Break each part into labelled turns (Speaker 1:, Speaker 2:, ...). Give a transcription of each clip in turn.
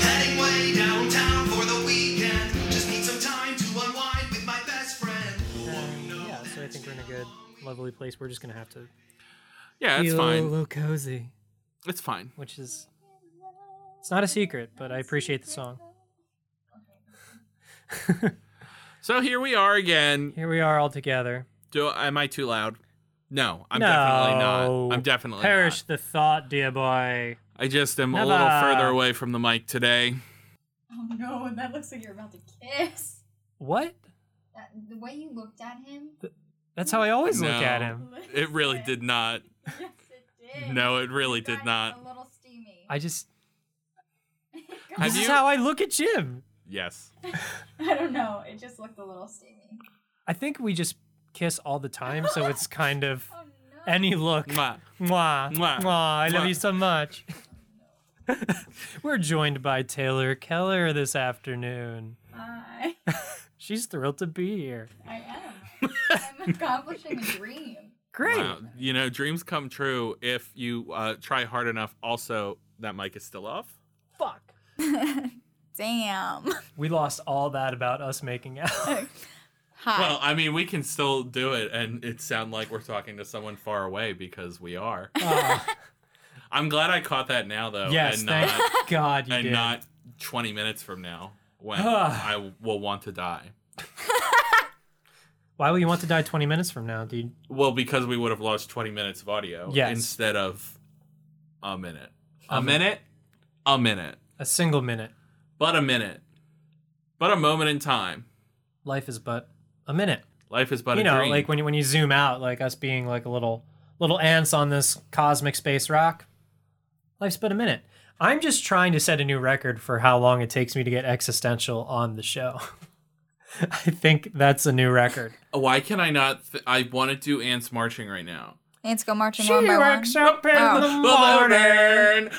Speaker 1: Heading way downtown for the weekend. Just need some time to unwind with my best friend.
Speaker 2: yeah, so I think we're in a good, lovely place. We're just gonna have to
Speaker 3: Yeah, it's
Speaker 2: a
Speaker 3: fine.
Speaker 2: little cozy,
Speaker 3: It's fine.
Speaker 2: which is it's not a secret, but I appreciate the song.
Speaker 3: So here we are again.
Speaker 2: Here we are all together.
Speaker 3: Do am I too loud? No, I'm
Speaker 2: No.
Speaker 3: definitely not. I'm definitely
Speaker 2: Perish
Speaker 3: not.
Speaker 2: the thought, dear boy.
Speaker 3: I just am a
Speaker 2: Never.
Speaker 3: little further away from the mic today.
Speaker 4: Oh no, that looks like you're about to kiss.
Speaker 2: What?
Speaker 4: That, the way you looked at him.
Speaker 2: That's how I always look
Speaker 3: No.
Speaker 2: at him.
Speaker 3: It really did not.
Speaker 4: Yes, it did.
Speaker 3: No, it really
Speaker 4: You
Speaker 3: did
Speaker 4: guys
Speaker 3: not.
Speaker 4: are A little steamy.
Speaker 2: I just
Speaker 4: Go
Speaker 3: Have
Speaker 2: this
Speaker 4: on.
Speaker 2: is
Speaker 3: you-
Speaker 2: how I look at Jim.
Speaker 3: Yes.
Speaker 4: I don't know. It just looked a little steamy.
Speaker 2: I think we just kiss all the time, so it's kind of
Speaker 4: Oh no.
Speaker 2: any look.
Speaker 3: Mwah.
Speaker 2: Mwah.
Speaker 3: Mwah.
Speaker 2: Mwah. I love
Speaker 3: Mwah.
Speaker 2: you so much. We're joined by Taylor Keller this afternoon.
Speaker 4: I,
Speaker 2: She's thrilled to be here.
Speaker 4: I am. I'm accomplishing a dream.
Speaker 2: Great.
Speaker 3: Wow. You know, dreams come true if you uh, try hard enough. Also, that mic is still off.
Speaker 2: Fuck.
Speaker 4: Damn.
Speaker 2: We lost all that about us making out.
Speaker 4: Hi.
Speaker 3: Well, I mean, we can still do it, and it sound like we're talking to someone far away because we are.
Speaker 2: Uh,
Speaker 3: I'm glad I caught that now, though,
Speaker 2: yes,
Speaker 3: Oh, and
Speaker 2: thank
Speaker 3: not
Speaker 2: God you
Speaker 3: and
Speaker 2: did.
Speaker 3: not 20 minutes from now when
Speaker 2: Ah.
Speaker 3: I will want to die.
Speaker 2: Why will you want to die 20 minutes from now, dude?
Speaker 3: Well, because we would have lost 20 minutes of audio
Speaker 2: Yes.
Speaker 3: instead of a minute, a
Speaker 2: Um,
Speaker 3: minute, a minute,
Speaker 2: A single minute.
Speaker 3: but a minute, but a moment in time.
Speaker 2: Life is but a minute.
Speaker 3: Life is but
Speaker 2: you
Speaker 3: a
Speaker 2: know,
Speaker 3: dream.
Speaker 2: like when you when you zoom out, like us being like a little little ants on this cosmic space rock. Life's but a minute. I'm just trying to set a new record for how long it takes me to get existential on the show. I think that's a new record.
Speaker 3: Why can I not? Th- I want to do ants marching right now.
Speaker 4: Ants go marching
Speaker 2: up in
Speaker 4: Oh.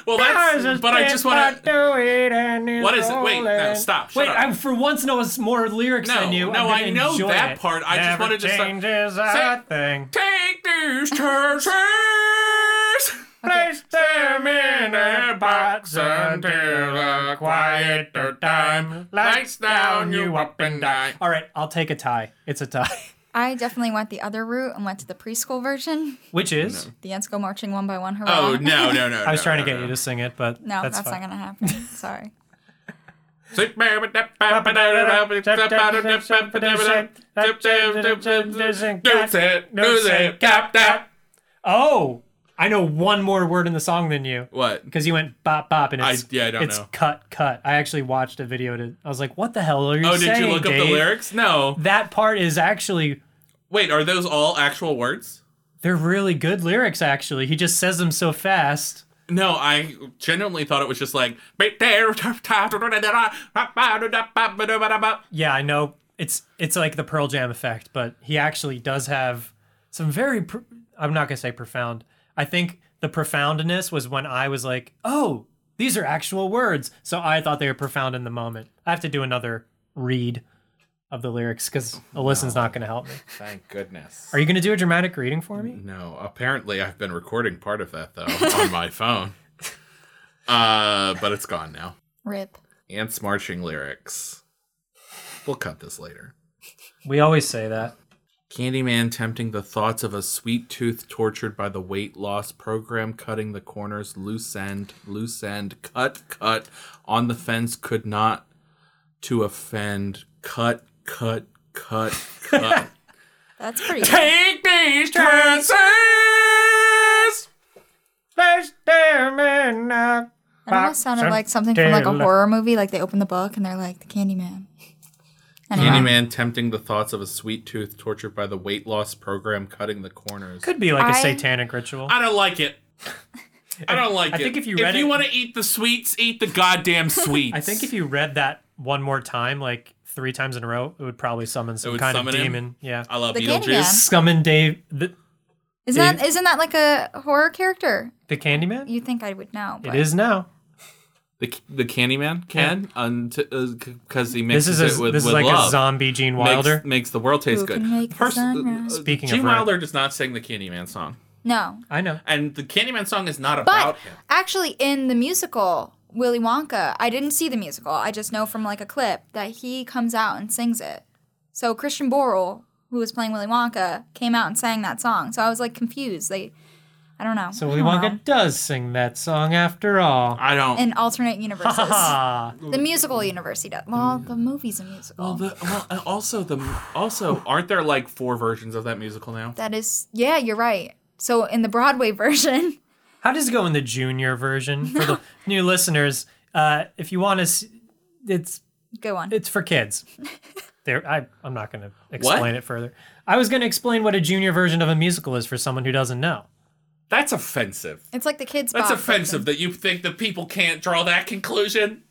Speaker 3: Well, that's. But I just want to.
Speaker 2: to.
Speaker 3: What is it? Wait, no, stop, shut
Speaker 2: Wait,
Speaker 3: up.
Speaker 2: I for once know s- more lyrics
Speaker 3: No,
Speaker 2: than you. I'm
Speaker 3: no,
Speaker 2: gonna
Speaker 3: I know
Speaker 2: enjoy
Speaker 3: that
Speaker 2: it.
Speaker 3: part. I just
Speaker 2: Never
Speaker 3: wanted to start-
Speaker 2: changes
Speaker 3: Say-
Speaker 2: a thing.
Speaker 3: Take these churches.
Speaker 2: Place them in
Speaker 3: a box until a quieter time lights down you up and die.
Speaker 2: All right, I'll take a tie. It's a tie.
Speaker 5: I definitely went the other route and went to the preschool version.
Speaker 2: Which is,
Speaker 5: The ants go marching one by one. Hurrah.
Speaker 3: Oh no no no!
Speaker 2: I was
Speaker 3: no,
Speaker 2: trying
Speaker 3: no,
Speaker 2: to get
Speaker 3: no.
Speaker 2: you to sing it, but
Speaker 5: No,
Speaker 2: that's,
Speaker 5: that's,
Speaker 2: fine.
Speaker 5: not going to happen. Sorry.
Speaker 3: Deuce it, deuce it, cap that.
Speaker 2: Oh, I know one more word in the song than you.
Speaker 3: What?
Speaker 2: Because you went bop bop and
Speaker 3: I-
Speaker 2: it's
Speaker 3: yeah, I don't
Speaker 2: it's
Speaker 3: know.
Speaker 2: cut cut. I actually watched a video to I was like, what the hell are you
Speaker 3: Oh,
Speaker 2: saying?
Speaker 3: did you look up the
Speaker 2: Dave?
Speaker 3: lyrics? No.
Speaker 2: That part is actually
Speaker 3: Wait, are those all actual words?
Speaker 2: they're really good lyrics actually. He just says them so fast.
Speaker 3: No, I genuinely thought it was just like. Wait,
Speaker 2: Yeah, I know it's it's like the Pearl Jam effect, but he actually does have some very pr- I'm not going to say profound. I think the profoundness was when I was like, "Oh, these are actual words." So I thought they were profound in the moment. I have to do another read of the lyrics cuz Alyssa's not going to help me.
Speaker 3: Thank goodness.
Speaker 2: Are you going to do a dramatic reading for me?
Speaker 3: No, apparently I've been recording part of that though on my phone. Uh, but it's gone now.
Speaker 5: Rip.
Speaker 3: Ants marching lyrics. We'll cut this later.
Speaker 2: We always say that.
Speaker 3: Candyman tempting the thoughts of a sweet tooth tortured by the weight loss program, cutting the corners, loose end, loose end, cut, cut, on the fence, could not to offend, cut, cut, cut,
Speaker 2: Uh-huh.
Speaker 3: cut.
Speaker 5: That's pretty good.
Speaker 3: Take these chances!
Speaker 2: Place them in a
Speaker 5: That almost sounded like something from like a horror movie. Like they open the book and they're like the Candyman. Anyway,
Speaker 3: Candyman tempting the thoughts of a sweet tooth tortured by the weight loss program, cutting the corners.
Speaker 2: Could be like a
Speaker 5: I-
Speaker 2: satanic ritual.
Speaker 3: I don't like it. I don't like
Speaker 2: I
Speaker 3: it.
Speaker 2: think if you read
Speaker 3: you
Speaker 2: it-
Speaker 3: want to eat the sweets, eat the goddamn sweets.
Speaker 2: I think if you read that one more time, like three times in a row, it would probably summon some
Speaker 3: would
Speaker 2: kind of
Speaker 3: summon him? Uh,
Speaker 2: demon. Yeah.
Speaker 3: I love
Speaker 5: The
Speaker 3: Beetlejuice.
Speaker 5: Candyman.
Speaker 2: Summon Dave the,
Speaker 5: isn't that isn't that like a horror character?
Speaker 2: the Candyman?
Speaker 5: You think I would know?
Speaker 2: It
Speaker 5: But
Speaker 2: is now.
Speaker 3: The the Candyman can because he
Speaker 2: This
Speaker 3: mixes
Speaker 2: is a,
Speaker 3: it with
Speaker 2: this is
Speaker 3: with
Speaker 2: like
Speaker 3: love.
Speaker 2: a zombie Gene
Speaker 3: Makes-
Speaker 2: Wilder.
Speaker 3: makes, the world taste
Speaker 5: Who
Speaker 3: good.
Speaker 5: can make the
Speaker 2: uh,
Speaker 5: sun rise?
Speaker 2: Speaking of
Speaker 3: Gene
Speaker 2: rap.
Speaker 3: Wilder does not sing the Candyman song,
Speaker 5: no.
Speaker 2: I know.
Speaker 3: and the Candyman song is not about
Speaker 5: But
Speaker 3: him.
Speaker 5: actually, in the musical Willy Wonka, I didn't see the musical. I just know from like a clip that he comes out and sings it. So Christian Borle, who was playing Willy Wonka, came out and sang that song. So I was like confused. They, I don't know.
Speaker 2: So
Speaker 5: I
Speaker 2: Willy
Speaker 5: don't
Speaker 2: Wonka
Speaker 5: know.
Speaker 2: does sing that song after all.
Speaker 3: I don't.
Speaker 5: in alternate universes,
Speaker 2: Ah,
Speaker 5: the musical universe. He does. Well, the movie's a musical.
Speaker 3: well, the, well, and also the also aren't there like four versions of that musical now?
Speaker 5: that is, yeah, you're right. So in the Broadway version,
Speaker 2: how does it go in the junior version for the new listeners? Uh, if you want to, s it's
Speaker 5: go on.
Speaker 2: it's for kids. There, I I'm not going to explain it further. I was going to explain what a junior version of a musical is for someone who doesn't know.
Speaker 3: That's offensive.
Speaker 5: It's like the kids.
Speaker 3: That's
Speaker 5: Bob
Speaker 3: offensive that you think that people can't draw that conclusion.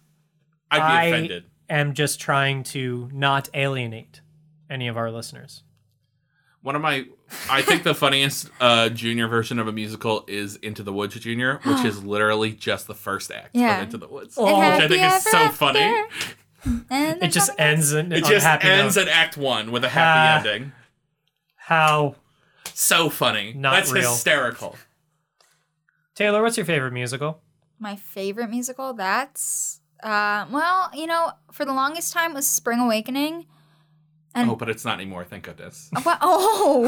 Speaker 3: I'd be
Speaker 2: I
Speaker 3: offended.
Speaker 2: am just trying to not alienate any of our listeners.
Speaker 3: One of my, I think the funniest uh, junior version of a musical is Into the Woods Junior, which is literally just the first act
Speaker 5: Yeah.
Speaker 3: of Into the Woods,
Speaker 5: And
Speaker 2: Oh.
Speaker 3: which I
Speaker 5: happy
Speaker 3: think is
Speaker 5: ever
Speaker 3: so
Speaker 5: after.
Speaker 3: funny.
Speaker 5: And
Speaker 2: It just
Speaker 5: there's
Speaker 2: ends in
Speaker 3: It
Speaker 2: on a
Speaker 3: just
Speaker 2: happy
Speaker 3: ends
Speaker 2: note.
Speaker 3: at Act One with a happy
Speaker 2: Ah.
Speaker 3: ending.
Speaker 2: How
Speaker 3: So funny.
Speaker 2: Not
Speaker 3: That's
Speaker 2: real.
Speaker 3: hysterical.
Speaker 2: Taylor? What's your favorite musical?
Speaker 5: my favorite musical that's uh, well you know for the longest time was spring awakening And-
Speaker 3: oh, but it's not anymore. Thank goodness.
Speaker 5: Uh, what- oh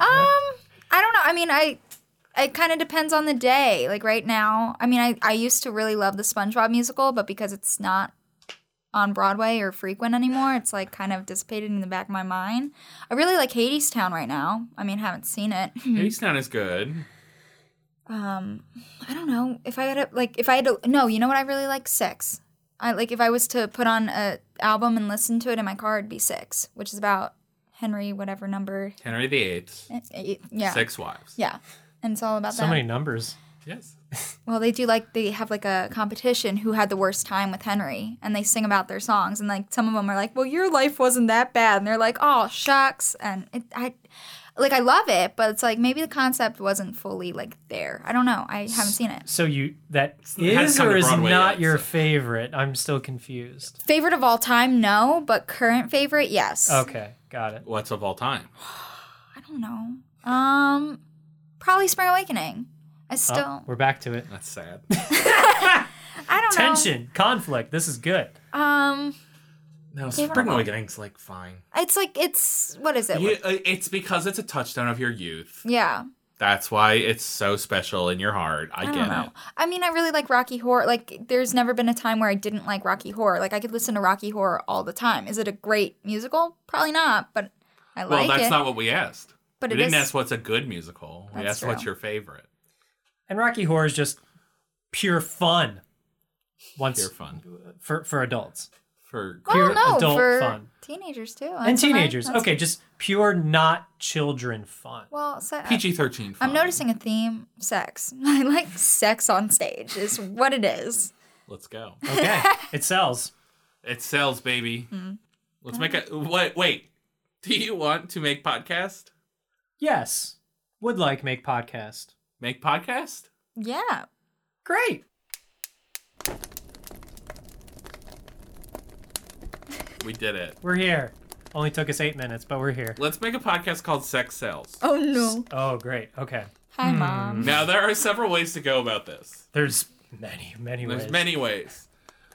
Speaker 5: um i don't know i mean i it kind of depends on the day like right now i mean I, I used to really love the spongebob musical but because it's not on broadway or frequent anymore it's like kind of dissipated in the back of my mind i really like Hades Town right now i mean haven't seen it
Speaker 3: He's not as good.
Speaker 5: um i don't know if i had a like if i had to no you know what i really like six i like if i was to put on a album and listen to it in my car it'd be six which is about henry whatever number
Speaker 3: Henry VIII,
Speaker 5: eh, eh, yeah
Speaker 3: six wives.
Speaker 5: yeah and it's all about
Speaker 2: So
Speaker 5: them.
Speaker 2: many numbers.
Speaker 3: Yes.
Speaker 5: Well, they do like they have like a competition who had the worst time with Henry, and they sing about their songs, and like some of them are like, "Well, your life wasn't that bad," and they're like, "Oh, shucks," and it, I, like, I love it, but it's like maybe the concept wasn't fully like there. I don't know. I haven't seen it.
Speaker 2: So you that
Speaker 3: hasn't
Speaker 2: is
Speaker 3: come to
Speaker 2: or is
Speaker 3: Broadway
Speaker 2: not
Speaker 3: yet,
Speaker 2: your
Speaker 3: so-
Speaker 2: favorite? I'm still confused.
Speaker 5: Favorite of all time, no, but current favorite, yes.
Speaker 2: Okay, got it.
Speaker 3: What's of all time?
Speaker 5: I don't know. Um, probably Spring Awakening. I
Speaker 2: Oh,
Speaker 5: still,
Speaker 2: we're back to it.
Speaker 3: That's sad.
Speaker 5: I don't
Speaker 2: Tension, conflict. This is good.
Speaker 5: know. Um,
Speaker 3: No,
Speaker 5: They were
Speaker 3: Spring
Speaker 5: all-
Speaker 3: Awakening's like fine.
Speaker 5: it's like it's what is it?
Speaker 3: You, uh, it's because it's a touchstone of your youth.
Speaker 5: yeah,
Speaker 3: That's why it's so special in your heart. I,
Speaker 5: I
Speaker 3: get
Speaker 5: don't
Speaker 3: it.
Speaker 5: know. I mean, I really like Rocky Horror. Like, there's never been a time where I didn't like Rocky Horror. Like, I could listen to Rocky Horror all the time. Is it a great musical? Probably not, but I
Speaker 3: well,
Speaker 5: like
Speaker 3: that's
Speaker 5: it.
Speaker 3: not what we asked.
Speaker 5: but
Speaker 3: we
Speaker 5: it
Speaker 3: didn't
Speaker 5: is-
Speaker 3: ask what's a good musical. we
Speaker 5: That's
Speaker 3: asked what's
Speaker 5: true.
Speaker 3: your favorite.
Speaker 2: And Rocky Horror is just pure fun. Once
Speaker 3: Pure fun
Speaker 2: for for adults
Speaker 3: for
Speaker 5: well,
Speaker 2: pure
Speaker 5: no,
Speaker 2: adult
Speaker 5: for
Speaker 2: fun.
Speaker 5: teenagers too.
Speaker 2: and
Speaker 5: That's what I-
Speaker 2: teenagers.
Speaker 5: that's-
Speaker 2: okay, just pure not children fun.
Speaker 5: Well, so I-
Speaker 3: PG thirteen.
Speaker 5: uh, I'm noticing a theme: sex. I like sex on stage. Is what it is.
Speaker 3: Let's go.
Speaker 2: Okay, it sells.
Speaker 3: It sells, baby.
Speaker 5: Hmm.
Speaker 3: Let's make a wait. Wait. Do you want to make podcast?
Speaker 2: Yes, would like make podcast.
Speaker 3: Make podcast?
Speaker 5: Yeah.
Speaker 2: Great.
Speaker 3: We did it.
Speaker 2: We're here. Only took us eight minutes, but we're here.
Speaker 3: Let's make a podcast called Sex Sells.
Speaker 5: Oh no.
Speaker 2: Oh, great. Okay.
Speaker 5: Hi, mom.
Speaker 3: Now there are several ways to go about this.
Speaker 2: There's many, many
Speaker 3: There's
Speaker 2: ways.
Speaker 3: many ways.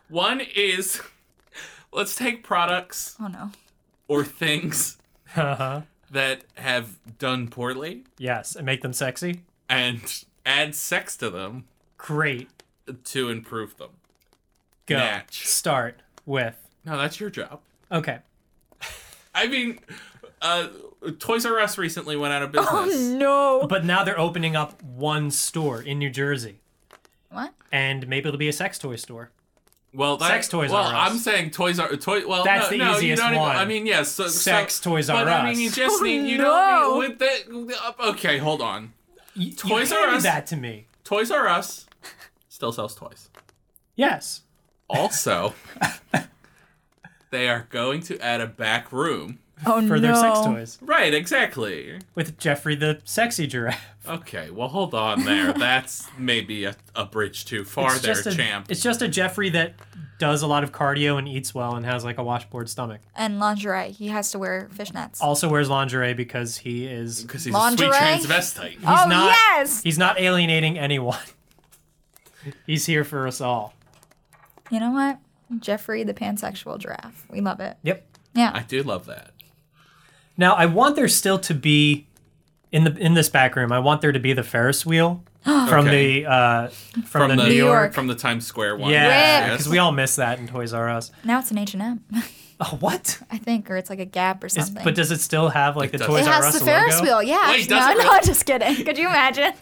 Speaker 3: One is let's take products
Speaker 5: Oh no.
Speaker 3: or things
Speaker 2: Uh-huh.
Speaker 3: that have done poorly
Speaker 2: Yes, and make them sexy.
Speaker 3: and add sex to them
Speaker 2: Great.
Speaker 3: to improve them.
Speaker 2: Go.
Speaker 3: Match.
Speaker 2: Start with.
Speaker 3: No, that's your job.
Speaker 2: Okay.
Speaker 3: I mean, uh, Toys R Us recently went out of business.
Speaker 5: Oh no.
Speaker 2: But now they're opening up one store in New Jersey,
Speaker 5: What?
Speaker 2: and maybe it'll be a sex toy store.
Speaker 3: Well, that,
Speaker 2: Sex Toys
Speaker 3: well,
Speaker 2: R Us.
Speaker 3: I'm saying Toys R Toy. Well,
Speaker 2: That's
Speaker 3: no,
Speaker 2: the
Speaker 3: no, you
Speaker 2: easiest
Speaker 3: don't even-
Speaker 2: one.
Speaker 3: I mean, yes. So,
Speaker 2: Sex
Speaker 3: so,
Speaker 2: Toys
Speaker 3: but
Speaker 2: R
Speaker 3: I mean, you
Speaker 2: Us.
Speaker 3: just
Speaker 5: Oh,
Speaker 3: need. You
Speaker 5: no.
Speaker 3: don't need, with that. Okay, hold on.
Speaker 2: Y-
Speaker 3: Toys
Speaker 2: you
Speaker 3: R
Speaker 2: handed
Speaker 3: Us?
Speaker 2: that to me.
Speaker 3: Toys R Us still sells toys.
Speaker 2: Yes.
Speaker 3: Also, they are going to add a back room.
Speaker 5: Oh no.
Speaker 2: For their sex toys
Speaker 3: Right, exactly.
Speaker 2: with Jeffrey the sexy giraffe.
Speaker 3: Okay, well, hold on there. That's maybe a, a bridge too far
Speaker 2: It's
Speaker 3: there,
Speaker 2: just a-
Speaker 3: champ.
Speaker 2: It's just a Jeffrey that does a lot of cardio and eats well and has like a washboard stomach.
Speaker 5: And lingerie. He has to wear fishnets.
Speaker 2: Also wears lingerie because he is
Speaker 3: Because he's a
Speaker 5: Lingerie?
Speaker 3: sweet transvestite.
Speaker 5: oh
Speaker 2: not-
Speaker 5: yes.
Speaker 2: he's not alienating anyone. he's here for us all.
Speaker 5: You know what? Jeffrey the pansexual giraffe. We love it.
Speaker 2: Yep.
Speaker 5: Yeah.
Speaker 3: I do love that.
Speaker 2: Now I want there still to be in the in this back room. I want there to be the Ferris wheel from
Speaker 3: Okay.
Speaker 2: the uh, from, the, New
Speaker 5: New
Speaker 2: York.
Speaker 5: York.
Speaker 3: from the Times Square one.
Speaker 2: Yeah,
Speaker 5: Rip.
Speaker 2: because we all miss that in Toys R Us.
Speaker 5: Now it's an H and M,
Speaker 2: Oh, what?
Speaker 5: I think, or it's like a Gap or
Speaker 2: Is,
Speaker 5: something.
Speaker 2: but does it still have like the
Speaker 3: does.
Speaker 2: Toys
Speaker 5: it
Speaker 2: R
Speaker 5: has
Speaker 2: Us
Speaker 5: the Ferris
Speaker 2: logo?
Speaker 5: wheel. Yeah.
Speaker 3: Wait,
Speaker 5: no,
Speaker 3: does it
Speaker 5: no,
Speaker 3: really?
Speaker 5: just kidding. Could you imagine?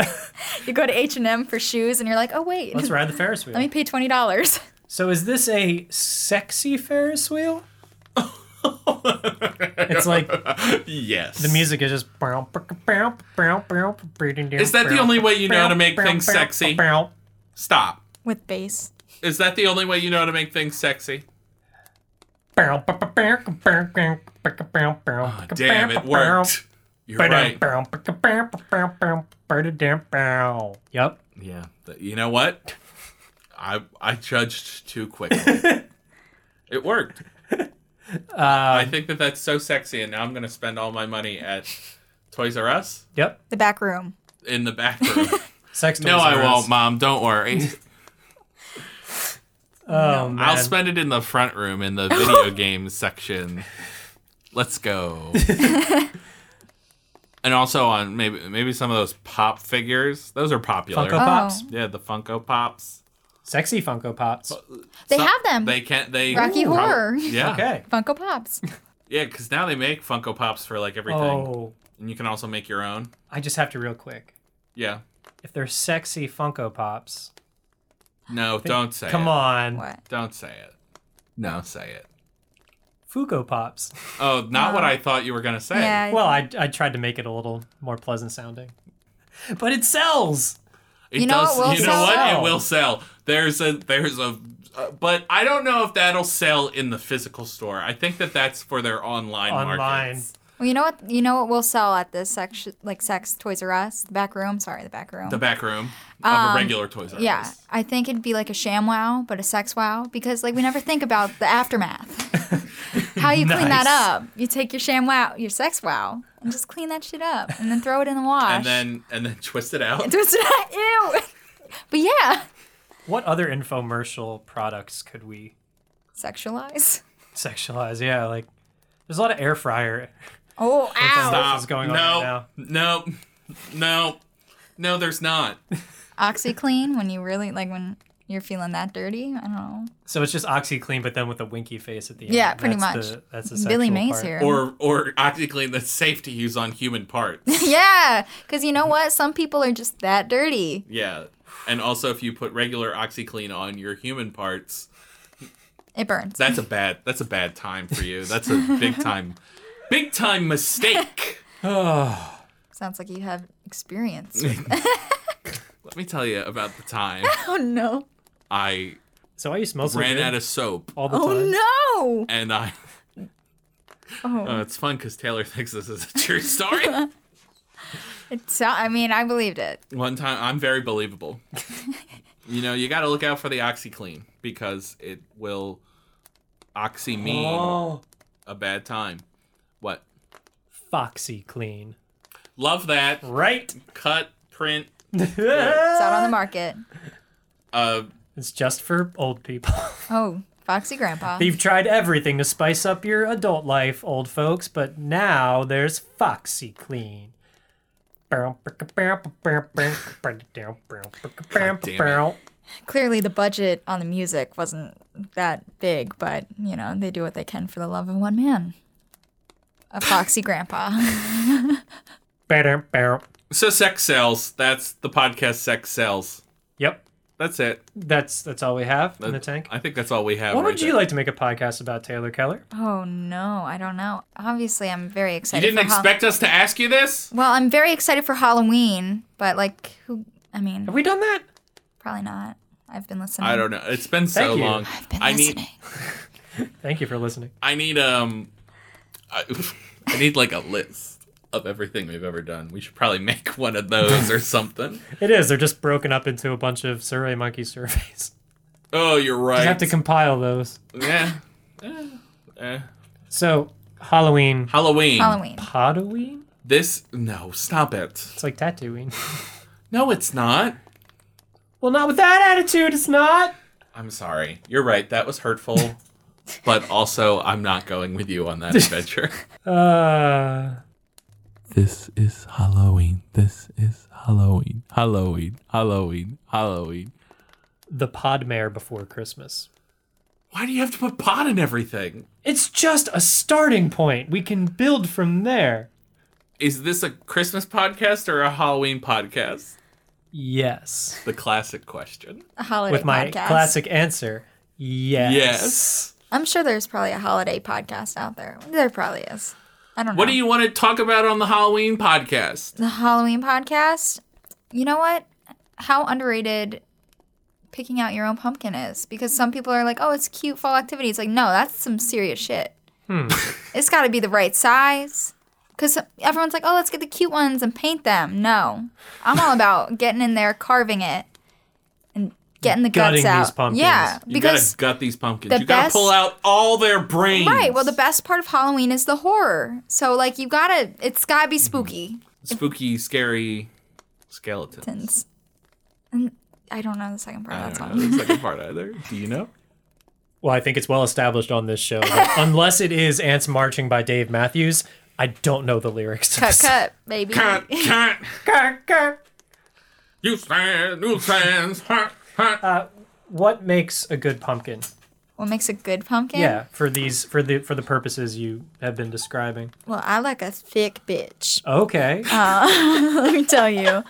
Speaker 5: you go to H and M for shoes, and you're like, oh wait,
Speaker 2: Let's ride the Ferris wheel.
Speaker 5: let me pay twenty dollars.
Speaker 2: So is this a sexy Ferris wheel? It's like the
Speaker 3: Yes.
Speaker 2: music is just. Is
Speaker 3: Is that the only way you know how to make things sexy? Stop.
Speaker 5: With bass.
Speaker 3: Is that the only way you know how to make things sexy? Damn, it worked. You're right.
Speaker 2: Yep.
Speaker 3: Yeah. th- You know what? I I judged too quickly. it worked.
Speaker 2: Um,
Speaker 3: I think that that's so sexy, and now I'm gonna spend all my money at Toys R Us
Speaker 2: Yep.
Speaker 5: The back room.
Speaker 3: in the back room.
Speaker 2: Sex
Speaker 3: no,
Speaker 2: Toys
Speaker 3: I
Speaker 2: R Us.
Speaker 3: won't, Mom. Don't worry.
Speaker 2: Oh, man.
Speaker 3: I'll spend it in the front room in the video game section. Let's go. and also on maybe maybe some of those pop figures. Those are popular.
Speaker 2: Funko Pops.
Speaker 5: Oh.
Speaker 3: Yeah, the Funko Pops.
Speaker 2: Sexy Funko Pops.
Speaker 5: They
Speaker 3: Some-
Speaker 5: have them.
Speaker 3: They can't. They
Speaker 5: Rocky
Speaker 3: Ooh, prob-
Speaker 5: Horror.
Speaker 3: Yeah,
Speaker 2: Okay.
Speaker 5: Funko Pops.
Speaker 3: yeah, because now they make Funko Pops for like everything,
Speaker 2: Oh,
Speaker 3: and you can also make your own.
Speaker 2: I just have to real quick.
Speaker 3: Yeah.
Speaker 2: If they're sexy Funko Pops,
Speaker 3: No, don't say.
Speaker 2: come
Speaker 3: it.
Speaker 2: on,
Speaker 5: What?
Speaker 3: Don't say it. No, say it.
Speaker 2: Fuko Pops.
Speaker 3: Oh, not what I thought you were gonna say.
Speaker 5: Yeah.
Speaker 2: Well, I, I tried to make it a little more pleasant sounding, but it sells.
Speaker 3: It
Speaker 5: You know
Speaker 3: does.
Speaker 5: what will
Speaker 3: you know
Speaker 5: sell?
Speaker 3: what? It will sell. There's a there's a, uh, but I don't know if that'll sell in the physical store. I think that that's for their online,
Speaker 2: Online,
Speaker 3: markets.
Speaker 5: Well, you know what? You know what we'll sell at this section, like sex Toys R Us, the back room. Sorry, the back room.
Speaker 3: The back room of a regular Toys R Us.
Speaker 5: Um, yeah, I think it'd be like a sham wow, but a sex wow because like we never think about the aftermath. How you clean that
Speaker 2: Nice.
Speaker 5: up? You take your sham wow, your sex wow, and just clean that shit up, and then throw it in the wash.
Speaker 3: And then and then twist it out.
Speaker 5: Twist it out. Ew. But yeah,
Speaker 2: what other infomercial products could we
Speaker 5: sexualize.
Speaker 2: sexualize? Yeah, like there's a lot of air fryer.
Speaker 5: Oh, ow.
Speaker 2: Stop. This is going on
Speaker 3: no,
Speaker 2: right now.
Speaker 3: no, no, no. There's not.
Speaker 5: OxyClean when you really like when you're feeling that dirty. I don't know.
Speaker 2: So it's just OxyClean, but then with a winky face at the end.
Speaker 5: Yeah, pretty
Speaker 2: That's
Speaker 5: much.
Speaker 2: The, that's the
Speaker 5: Billy
Speaker 2: sexual
Speaker 5: Mays
Speaker 2: part.
Speaker 5: here.
Speaker 3: Or or OxyClean that's safe to use on human parts.
Speaker 5: yeah, because you know what? Some people are just that dirty.
Speaker 3: yeah. And also, if you put regular OxyClean on your human parts,
Speaker 5: It burns.
Speaker 3: That's a bad. That's a bad time for you. That's a big time, big time mistake.
Speaker 5: Sounds like you have experience.
Speaker 3: Let me tell you about the time
Speaker 5: oh no.
Speaker 3: I
Speaker 2: So why you smell so
Speaker 3: ran
Speaker 2: good
Speaker 3: out of soap,
Speaker 2: all the
Speaker 5: Oh
Speaker 2: time?
Speaker 5: no.
Speaker 3: and I.
Speaker 5: Oh,
Speaker 3: Uh, it's fun because Taylor thinks this is a true story.
Speaker 5: it so- I mean, I believed it.
Speaker 3: One time, I'm very believable. You know, you got to look out for the OxyClean because it will oxy mean
Speaker 2: Oh,
Speaker 3: a bad time. What?
Speaker 2: Foxy Clean.
Speaker 3: Love that
Speaker 2: Right.
Speaker 3: cut print.
Speaker 5: It's out on the market.
Speaker 3: Uh,
Speaker 2: It's just for old people.
Speaker 5: Oh, Foxy Grandpa.
Speaker 2: You've tried everything to spice up your adult life, old folks, but now there's Foxy Clean.
Speaker 5: Clearly, the budget on the music wasn't that big, but you know they do what they can for the love of one man. A Foxy Grandpa.
Speaker 3: So sex sells. That's the podcast. Sex sells.
Speaker 2: Yep,
Speaker 3: That's it.
Speaker 2: that's that's all we have in the tank.
Speaker 3: Uh, I think that's all we have.
Speaker 2: What
Speaker 3: right
Speaker 2: would you
Speaker 3: there.
Speaker 2: like to make a podcast about, Taylor Keller?
Speaker 5: Oh no, I don't know. Obviously, I'm very
Speaker 3: You
Speaker 5: excited.
Speaker 3: didn't
Speaker 5: for Hall-
Speaker 3: expect us to ask you this.
Speaker 5: well, I'm very excited for Halloween, but like, who? I mean,
Speaker 2: Have we done that?
Speaker 5: probably not. I've been listening.
Speaker 3: I don't know. It's been so
Speaker 2: Thank you.
Speaker 3: long.
Speaker 5: I've been
Speaker 3: I
Speaker 5: listening.
Speaker 3: need.
Speaker 2: Thank you for listening.
Speaker 3: I need um. I, I need like a list of everything we've ever done. We should probably make one of those or something.
Speaker 2: It is. They're just broken up into a bunch of Survey Monkey surveys.
Speaker 3: Oh, you're right.
Speaker 2: You have to compile those.
Speaker 3: yeah. Eh, eh.
Speaker 2: So Halloween,
Speaker 3: Halloween.
Speaker 5: Halloween.
Speaker 2: Podoween.
Speaker 3: This no, stop it.
Speaker 2: It's like tattooing.
Speaker 3: No, it's not.
Speaker 2: well, not with that attitude. It's not.
Speaker 3: I'm sorry. You're right. That was hurtful. but also, I'm not going with you on that adventure.
Speaker 2: Uh.
Speaker 3: This is Halloween. This is Halloween. Halloween. Halloween. Halloween.
Speaker 2: the Podmare before Christmas.
Speaker 3: Why do you have to put pot in everything?
Speaker 2: It's just a starting point. We can build from there.
Speaker 3: Is this a Christmas podcast or a Halloween podcast?
Speaker 2: Yes.
Speaker 3: The classic question.
Speaker 5: A holiday
Speaker 2: With my
Speaker 5: podcast.
Speaker 2: classic answer, yes.
Speaker 3: Yes.
Speaker 5: I'm sure there's probably a holiday podcast out there. There probably is. I don't know.
Speaker 3: What do you want to talk about on the Halloween podcast?
Speaker 5: The Halloween podcast. You know what? How underrated picking out your own pumpkin is because some people are like, "Oh, it's cute fall activity." It's like, no, that's some serious shit.
Speaker 2: Hmm.
Speaker 5: it's got to be the right size. Because everyone's like, "Oh, let's get the cute ones and paint them." No, I'm all about getting in there, carving it, and getting the
Speaker 2: Gutting
Speaker 5: guts out.
Speaker 2: these pumpkins.
Speaker 5: Yeah,
Speaker 3: You
Speaker 5: because
Speaker 3: gotta gut these pumpkins.
Speaker 5: the
Speaker 3: You gotta
Speaker 5: best-
Speaker 3: pull out all their brains.
Speaker 5: Right. Well, the best part of Halloween is the horror. So like you gotta, it's gotta
Speaker 2: Mm-hmm.
Speaker 5: be spooky.
Speaker 3: spooky, scary skeletons.
Speaker 5: Since- and I don't know the second part
Speaker 3: I
Speaker 5: of that
Speaker 3: don't know
Speaker 5: song.
Speaker 3: the second part either. Do you know?
Speaker 2: Well, I think it's well established on this show. that unless it is Ants Marching by Dave Matthews, I don't know the lyrics. to
Speaker 5: cut,
Speaker 2: this.
Speaker 5: cut, baby.
Speaker 3: Can't, can't.
Speaker 2: Cut, cut.
Speaker 3: You stand, you stand. huh, huh.
Speaker 2: What makes a good pumpkin?
Speaker 5: What makes a good pumpkin?
Speaker 2: Yeah, for these for the for the purposes you have been describing.
Speaker 5: Well, I like a thick bitch.
Speaker 2: Okay.
Speaker 5: Uh, Let me tell you.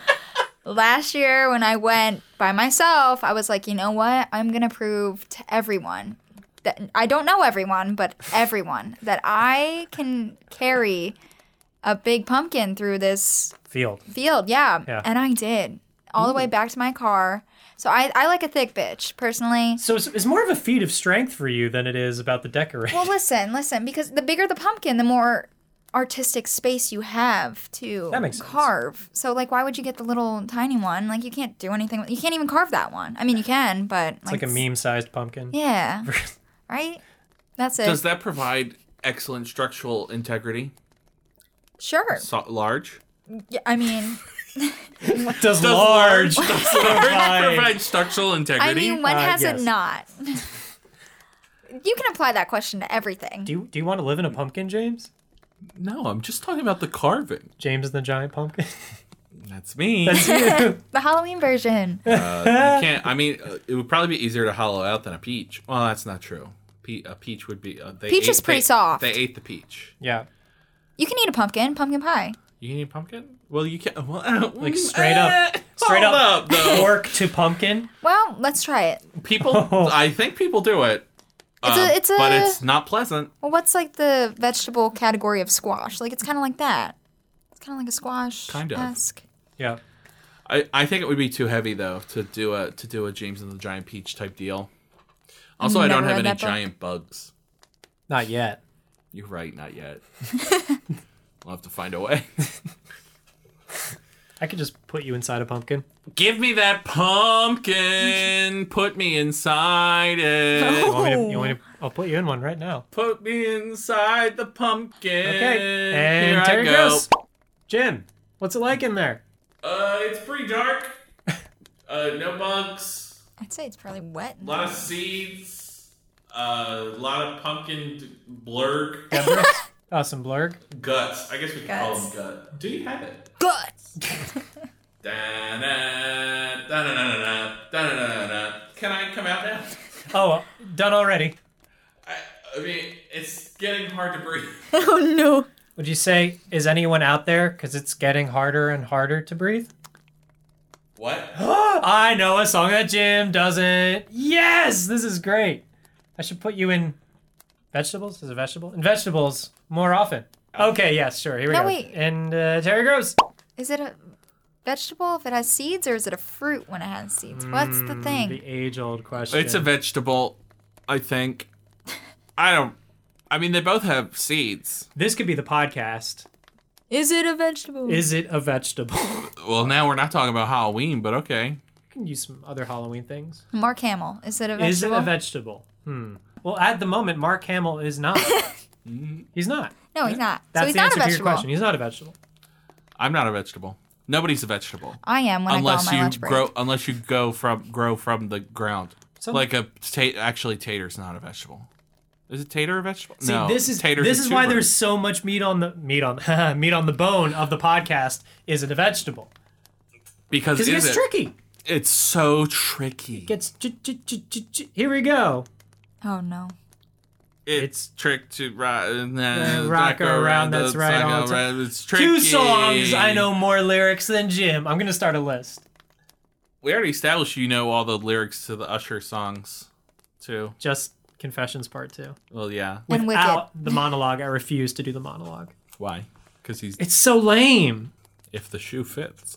Speaker 5: Last year when I went by myself, I was like, you know what? I'm gonna prove to everyone that I don't know everyone, but everyone that I can carry a big pumpkin through this
Speaker 2: Field.
Speaker 5: field. Yeah.
Speaker 2: Yeah.
Speaker 5: And I did all the way back to my car. So I, I like a thick bitch personally.
Speaker 2: So it's, it's more of a feat of strength for you than it is about the decoration.
Speaker 5: Well, listen, listen, because the bigger the pumpkin, the more artistic space you have to
Speaker 2: That makes sense.
Speaker 5: carve. So like, why would you get the little tiny one? Like, you can't do anything. with- You can't even carve that one. I mean, you can, but
Speaker 2: It's like a meme-sized pumpkin.
Speaker 5: Yeah. right. That's it.
Speaker 3: Does that provide excellent structural integrity?
Speaker 5: sure.
Speaker 3: So, large?
Speaker 5: Yeah, I mean,
Speaker 2: Does
Speaker 3: Does
Speaker 2: large
Speaker 3: does large
Speaker 2: provide-
Speaker 3: provide structural
Speaker 5: I
Speaker 3: integrity?
Speaker 5: mean, when
Speaker 2: Uh,
Speaker 5: has
Speaker 2: yes.
Speaker 5: it not? you can apply that question to everything.
Speaker 2: Do you, do you want to live in a pumpkin, James?
Speaker 3: no, I'm just talking about the carving.
Speaker 2: James and the Giant Pumpkin.
Speaker 3: That's me.
Speaker 5: the Halloween version.
Speaker 3: you can't. I mean, uh, it would probably be easier to hollow out than a peach. Well, that's not true. Pe- a peach would be. Uh, they
Speaker 5: Peach
Speaker 3: ate-
Speaker 5: is pretty
Speaker 3: they-
Speaker 5: soft.
Speaker 3: They ate the peach.
Speaker 2: yeah,
Speaker 5: You can eat a pumpkin, pumpkin pie.
Speaker 3: You can eat pumpkin? Well, you can't. Well, eh,
Speaker 2: like straight up, straight
Speaker 3: hold
Speaker 2: up,
Speaker 3: up, though.
Speaker 2: fork to pumpkin.
Speaker 5: Well, let's try it.
Speaker 3: People, I think people do it.
Speaker 5: It's
Speaker 3: uh,
Speaker 5: a, it's a.
Speaker 3: but it's not pleasant.
Speaker 5: Well, what's like the vegetable category of squash? Like it's kind of like that. It's kind of like a squash.
Speaker 3: Kind of.
Speaker 5: esque.
Speaker 2: Yeah,
Speaker 3: I, I think it would be too heavy though to do a to do a James and the Giant Peach type deal. Also, I don't
Speaker 5: never
Speaker 3: have
Speaker 5: read
Speaker 3: any
Speaker 5: that book.
Speaker 3: giant bugs.
Speaker 2: not yet.
Speaker 3: You're right, not yet. I'll have to find a way.
Speaker 2: I could just put you inside a pumpkin.
Speaker 3: Give me that pumpkin. Put me inside
Speaker 2: You
Speaker 3: it.
Speaker 2: want me to, you want me to, I'll put you in one right now.
Speaker 3: Put me inside the pumpkin.
Speaker 2: Okay, and
Speaker 3: Here
Speaker 2: Terry
Speaker 3: I go.
Speaker 2: Gross. Jim, what's it like in there?
Speaker 3: Uh, it's pretty dark. Uh, no bugs.
Speaker 5: I'd say it's probably wet.
Speaker 3: A lot of seeds.
Speaker 6: A lot of pumpkin d- blurg
Speaker 2: Deborah? oh, some blurg.
Speaker 6: guts. I guess we could call them
Speaker 5: Guts.
Speaker 6: gut. Do you have it?
Speaker 5: Guts.
Speaker 6: Da-na, da-na-na-na-na, da-na-na-na-na. Can I come out now?
Speaker 2: Oh, done already.
Speaker 6: I, I mean, it's getting hard to breathe.
Speaker 5: Oh no.
Speaker 2: Would you say is anyone out there? Because it's getting harder and harder to breathe.
Speaker 6: What?
Speaker 2: I know a song that Jim doesn't. Yes, this is great. I should put you in vegetables. Is it vegetable? In vegetables more often. Okay, yes, sure. Here we
Speaker 5: No,
Speaker 2: go.
Speaker 5: wait.
Speaker 2: And uh, Terry Gross.
Speaker 5: Is it a vegetable if it has seeds, or is it a fruit when it has seeds? What's
Speaker 2: Mm,
Speaker 5: the thing?
Speaker 2: The age-old question.
Speaker 3: It's a vegetable, I think. I don't. I mean, they both have seeds.
Speaker 2: this could be the podcast.
Speaker 5: Is it a vegetable?
Speaker 2: Is it a vegetable?
Speaker 3: Well, now we're not talking about Halloween, but okay.
Speaker 2: can use some other Halloween things.
Speaker 5: Mark Hamill. Is it a vegetable?
Speaker 2: Is it a vegetable? Hmm. Well, at the moment, Mark Hamill is not. He's not.
Speaker 5: no, he's not.
Speaker 2: That's
Speaker 5: so he's
Speaker 2: the answer to
Speaker 5: not a
Speaker 2: your
Speaker 5: vegetable.
Speaker 2: question. He's not a vegetable.
Speaker 3: I'm not a vegetable. Nobody's a vegetable
Speaker 5: I am when
Speaker 3: unless
Speaker 5: I go on my
Speaker 3: you
Speaker 5: lunch break.
Speaker 3: grow. Unless you go from grow from the ground.
Speaker 2: Some-
Speaker 3: like a ta- actually, tater's not a vegetable. Is a tater a vegetable?
Speaker 2: See,
Speaker 3: no,
Speaker 2: this is
Speaker 3: tater's
Speaker 2: this
Speaker 3: a
Speaker 2: is why
Speaker 3: tuber.
Speaker 2: there's so much meat on the meat on meat on the bone of the podcast. Is it a vegetable?
Speaker 3: because
Speaker 2: Because it
Speaker 3: is
Speaker 2: gets
Speaker 3: it?
Speaker 2: tricky.
Speaker 3: It's so tricky.
Speaker 2: Gets ch- ch- ch- ch- ch- here we go.
Speaker 5: oh no.
Speaker 3: it's trick to rock,
Speaker 2: Uh, rock around, that's right, all the time.
Speaker 3: It's tricky.
Speaker 2: Two songs. I know more lyrics than Jim. I'm gonna start a list.
Speaker 3: We already established you know all the lyrics to the Usher songs, too.
Speaker 2: Just confessions part two.
Speaker 3: Well, yeah.
Speaker 5: And Wicked.
Speaker 2: Without the monologue, I refuse to do the monologue.
Speaker 3: Why? Because he's
Speaker 2: It's so lame.
Speaker 3: if the shoe fits.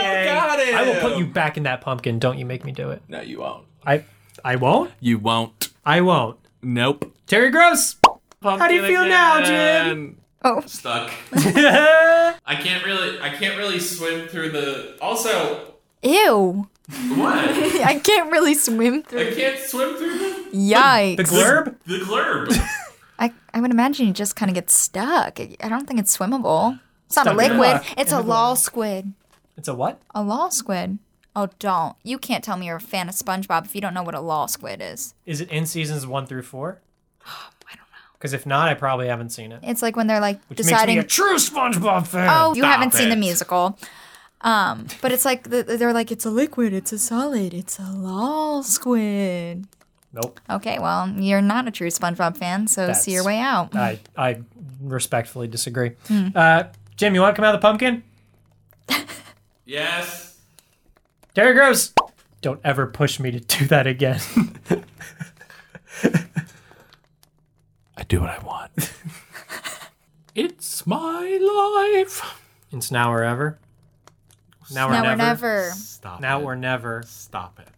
Speaker 2: Okay.
Speaker 6: got it.
Speaker 2: I will put you back in that pumpkin. Don't you make me do it.
Speaker 6: No, you won't.
Speaker 2: I I won't.
Speaker 3: You won't.
Speaker 2: I won't.
Speaker 3: Nope.
Speaker 2: Terry Gross. How do you feel now, Jim?
Speaker 6: And
Speaker 5: Oh.
Speaker 6: stuck. I can't really. I can't really swim through the. Also,
Speaker 5: Ew.
Speaker 6: what?
Speaker 5: I can't really swim
Speaker 6: I
Speaker 5: through.
Speaker 6: can't swim through the,
Speaker 5: Yikes.
Speaker 2: the glurb.
Speaker 6: the glurb.
Speaker 5: I, I would imagine you just kind of get stuck. I I don't think it's swimmable. It's not
Speaker 2: Stuck in
Speaker 5: a
Speaker 2: the
Speaker 5: liquid.
Speaker 2: muck,
Speaker 5: It's
Speaker 2: in
Speaker 5: a
Speaker 2: the
Speaker 5: law squid.
Speaker 2: It's a what?
Speaker 5: A law squid. Oh, don't. You can't tell me you're a fan of SpongeBob if you don't know what a law squid is.
Speaker 2: Is it in seasons one through four? I don't know. Because if not, I probably haven't seen it.
Speaker 5: It's like when they're like
Speaker 2: Which
Speaker 5: deciding.
Speaker 2: makes me a true SpongeBob fan.
Speaker 5: oh, you haven't seen the
Speaker 3: it.
Speaker 5: musical. Um, but it's like the, they're like it's a liquid, it's a solid, it's a law squid.
Speaker 2: Nope.
Speaker 5: Okay, well, you're not a true SpongeBob fan, so
Speaker 2: That's-
Speaker 5: see your way out.
Speaker 2: I I respectfully disagree.
Speaker 5: Hmm.
Speaker 2: Uh, Jim, you want to come out of the pumpkin?
Speaker 6: yes.
Speaker 2: Terry Gross. Don't ever push me to do that again.
Speaker 3: I do what I want. it's my life.
Speaker 2: it's now or ever. Now or
Speaker 5: now
Speaker 2: never.
Speaker 5: or never.
Speaker 3: Stop.
Speaker 2: Now
Speaker 3: it.
Speaker 2: or never.
Speaker 3: stop it.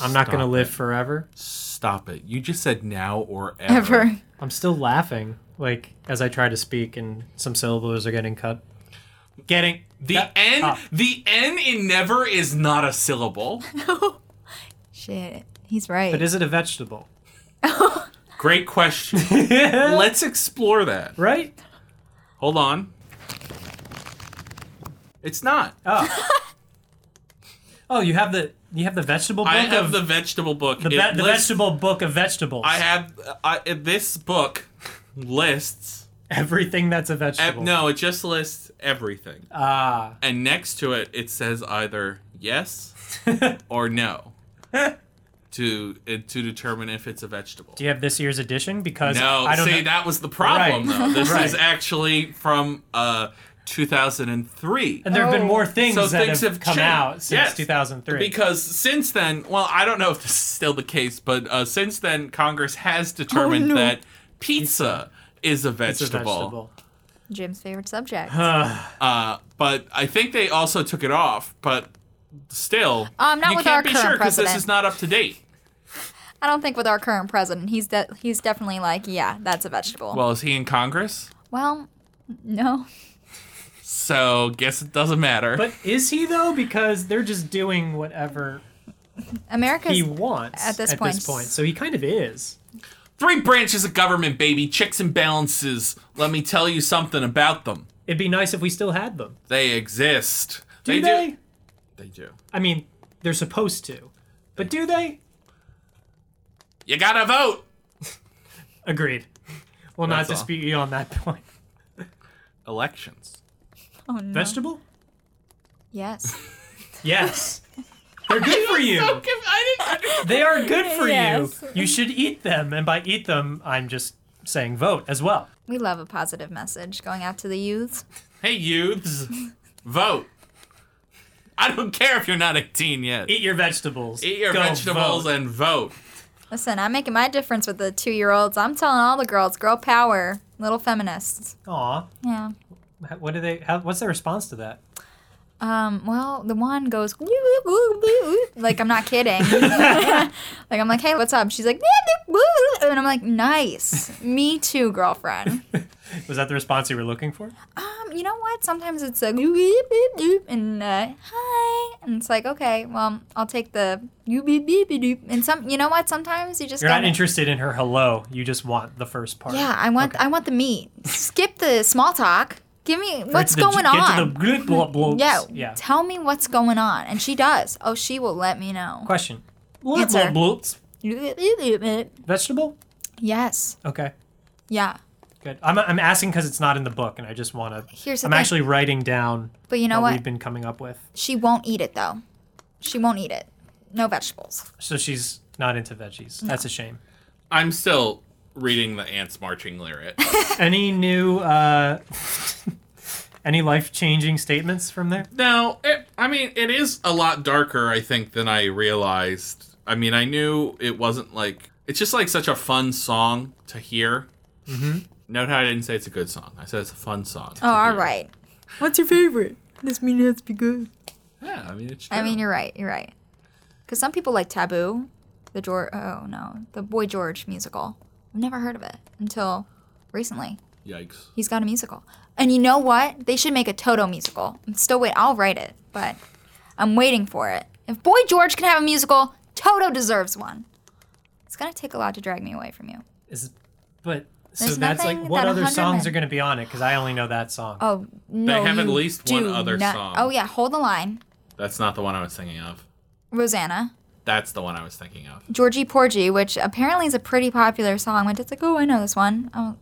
Speaker 2: I'm not gonna
Speaker 3: Stop
Speaker 2: live
Speaker 3: it.
Speaker 2: forever.
Speaker 3: Stop it. You just said now or ever.
Speaker 5: Ever.
Speaker 2: I'm still laughing, like as I try to speak, and some syllables are getting cut. Getting
Speaker 3: The
Speaker 2: That-
Speaker 3: N
Speaker 2: ah.
Speaker 3: the N in never is not a syllable.
Speaker 5: Shit, he's right.
Speaker 2: But is it a vegetable?
Speaker 3: Great question. Let's explore that.
Speaker 2: Right?
Speaker 3: Hold on. It's not.
Speaker 2: Oh. oh, you have the you have the vegetable book
Speaker 3: I
Speaker 2: of
Speaker 3: have the vegetable book.
Speaker 2: the,
Speaker 3: It
Speaker 2: ve- the
Speaker 3: lists-
Speaker 2: vegetable book of vegetables.
Speaker 3: I have I, this book lists.
Speaker 2: everything that's a
Speaker 3: ev-
Speaker 2: vegetable.
Speaker 3: no, it just lists everything.
Speaker 2: Ah.
Speaker 3: and next to it, it says either yes or no to it, to determine if it's a vegetable.
Speaker 2: Do you have this year's edition? Because
Speaker 3: No,
Speaker 2: I don't
Speaker 3: see
Speaker 2: know.
Speaker 3: that was the problem
Speaker 2: Right.
Speaker 3: though. This
Speaker 2: Right.
Speaker 3: is actually from uh 2003.
Speaker 2: And there have been
Speaker 5: Oh.
Speaker 2: more things
Speaker 3: So
Speaker 2: that
Speaker 3: things
Speaker 2: have,
Speaker 3: have
Speaker 2: come
Speaker 3: changed.
Speaker 2: out since
Speaker 3: Yes.
Speaker 2: 2003.
Speaker 3: Because since then, well, I don't know if this is still the case, but uh, since then, Congress has determined
Speaker 5: Oh,
Speaker 3: that pizza is
Speaker 2: it's
Speaker 3: a
Speaker 2: a
Speaker 3: vegetable.
Speaker 2: vegetable.
Speaker 5: Jim's favorite subject.
Speaker 2: Uh,
Speaker 3: Uh, but I think they also took it off, but still.
Speaker 5: Um, not
Speaker 3: you
Speaker 5: with
Speaker 3: can't
Speaker 5: our
Speaker 3: be
Speaker 5: current
Speaker 3: sure because this
Speaker 5: president.
Speaker 3: is not up to date.
Speaker 5: I don't think with our current president, he's de- he's definitely like, yeah, that's a vegetable. Well,
Speaker 3: Well, is he in Congress?
Speaker 5: no,
Speaker 3: So guess it doesn't matter.
Speaker 2: but is he though? Because they're just doing whatever
Speaker 5: America's
Speaker 2: he wants
Speaker 5: at this
Speaker 2: at
Speaker 5: point-
Speaker 2: this point. So he kind of is.
Speaker 3: Three branches of government, baby. Checks and balances. Let me tell you something about them.
Speaker 2: It'd be nice if we still had them.
Speaker 3: They exist.
Speaker 2: Do they?
Speaker 3: do. They do.
Speaker 2: I mean, they're supposed to. But do they?
Speaker 3: You gotta vote.
Speaker 2: Agreed. We'll not
Speaker 7: That's all.
Speaker 2: dispute you on that point.
Speaker 7: Elections.
Speaker 5: Oh no.
Speaker 2: Vegetable?
Speaker 5: Yes.
Speaker 2: Yes. They're good for you. They are good for
Speaker 8: Yes.
Speaker 2: you. You should eat them, and by eat them, I'm just saying vote as well.
Speaker 5: We love a positive message going out to the youths.
Speaker 3: Hey, youths, vote. I don't care if you're not 18 yet.
Speaker 2: Eat your vegetables.
Speaker 3: Eat your
Speaker 2: Go
Speaker 3: vegetables
Speaker 2: vote.
Speaker 3: and vote.
Speaker 5: Listen, I'm making my difference with the two year olds. I'm telling all the girls, girl power, little feminists.
Speaker 2: Aw,
Speaker 5: Yeah.
Speaker 2: h- what do they? How, what's their response to that?
Speaker 5: Um, well, the one goes, like, I'm not kidding. like, I'm like, hey, what's up? She's like, and I'm like, nice. Me too, girlfriend.
Speaker 2: Was that the response you were looking for?
Speaker 5: Um, you know what? Sometimes it's a and uh, hi, and it's like, okay, well, I'll take the and some. You know what? Sometimes you just
Speaker 2: You're not
Speaker 5: gotta-
Speaker 2: interested in her hello. You just want the first part.
Speaker 5: Yeah, I want I want the meat. Skip the small talk. Give me
Speaker 2: Or
Speaker 5: what's
Speaker 2: the-
Speaker 5: going
Speaker 2: get to
Speaker 5: on.
Speaker 2: the glip blop blops.
Speaker 5: yeah,
Speaker 2: Yeah.
Speaker 5: tell me what's going on, and she does. Oh, she will let me know.
Speaker 2: Question.
Speaker 5: Answer.
Speaker 2: Blip blop blops. Vegetable?
Speaker 5: Yes.
Speaker 2: Okay.
Speaker 5: Yeah.
Speaker 2: Good. I'm, I'm asking because it's not in the book, and I just want to.
Speaker 5: Here's the
Speaker 2: I'm
Speaker 5: thing.
Speaker 2: actually writing down
Speaker 5: But you know
Speaker 2: what
Speaker 5: what?
Speaker 2: we've been coming up with.
Speaker 5: She won't eat it though. She won't eat it. No vegetables.
Speaker 2: So she's not into veggies. That's a shame.
Speaker 3: I'm still reading the ants marching lyric.
Speaker 2: any new uh any life changing statements from there
Speaker 3: No, it, I mean it is a lot darker, I think, than I realized. I mean, I knew it wasn't like it's just like such a fun song to hear. Mm-hmm. Note how I didn't say it's a good song. I said it's a fun song.
Speaker 5: Oh, all right. What's your favorite? This mean it has to be good.
Speaker 3: Yeah, I mean it's. True.
Speaker 5: I mean, you're right. You're right. Because some people like Taboo, the George. Oh no, the Boy George musical. I've never heard of it until recently.
Speaker 3: yikes.
Speaker 5: He's got a musical, and you know what? They should make a Toto musical. I'm still wait. I'll write it, but I'm waiting for it. If Boy George can have a musical, Toto deserves one. It's gonna take a lot to drag me away from you.
Speaker 2: is but so
Speaker 5: There's
Speaker 2: that's like
Speaker 5: nothing
Speaker 2: what
Speaker 5: that
Speaker 2: other
Speaker 5: 100
Speaker 2: songs
Speaker 5: men-
Speaker 2: are going to be on it because i only know that song
Speaker 5: Oh no!
Speaker 3: have at
Speaker 5: you
Speaker 3: least one
Speaker 5: do
Speaker 3: other
Speaker 5: not-
Speaker 3: song.
Speaker 5: Oh yeah, hold the line,
Speaker 3: That's not the one I was thinking of.
Speaker 5: Rosanna.
Speaker 3: That's the one I was thinking of.
Speaker 5: Georgie Porgy, which apparently is a pretty popular song. But it's like, oh, I know this one. Oh,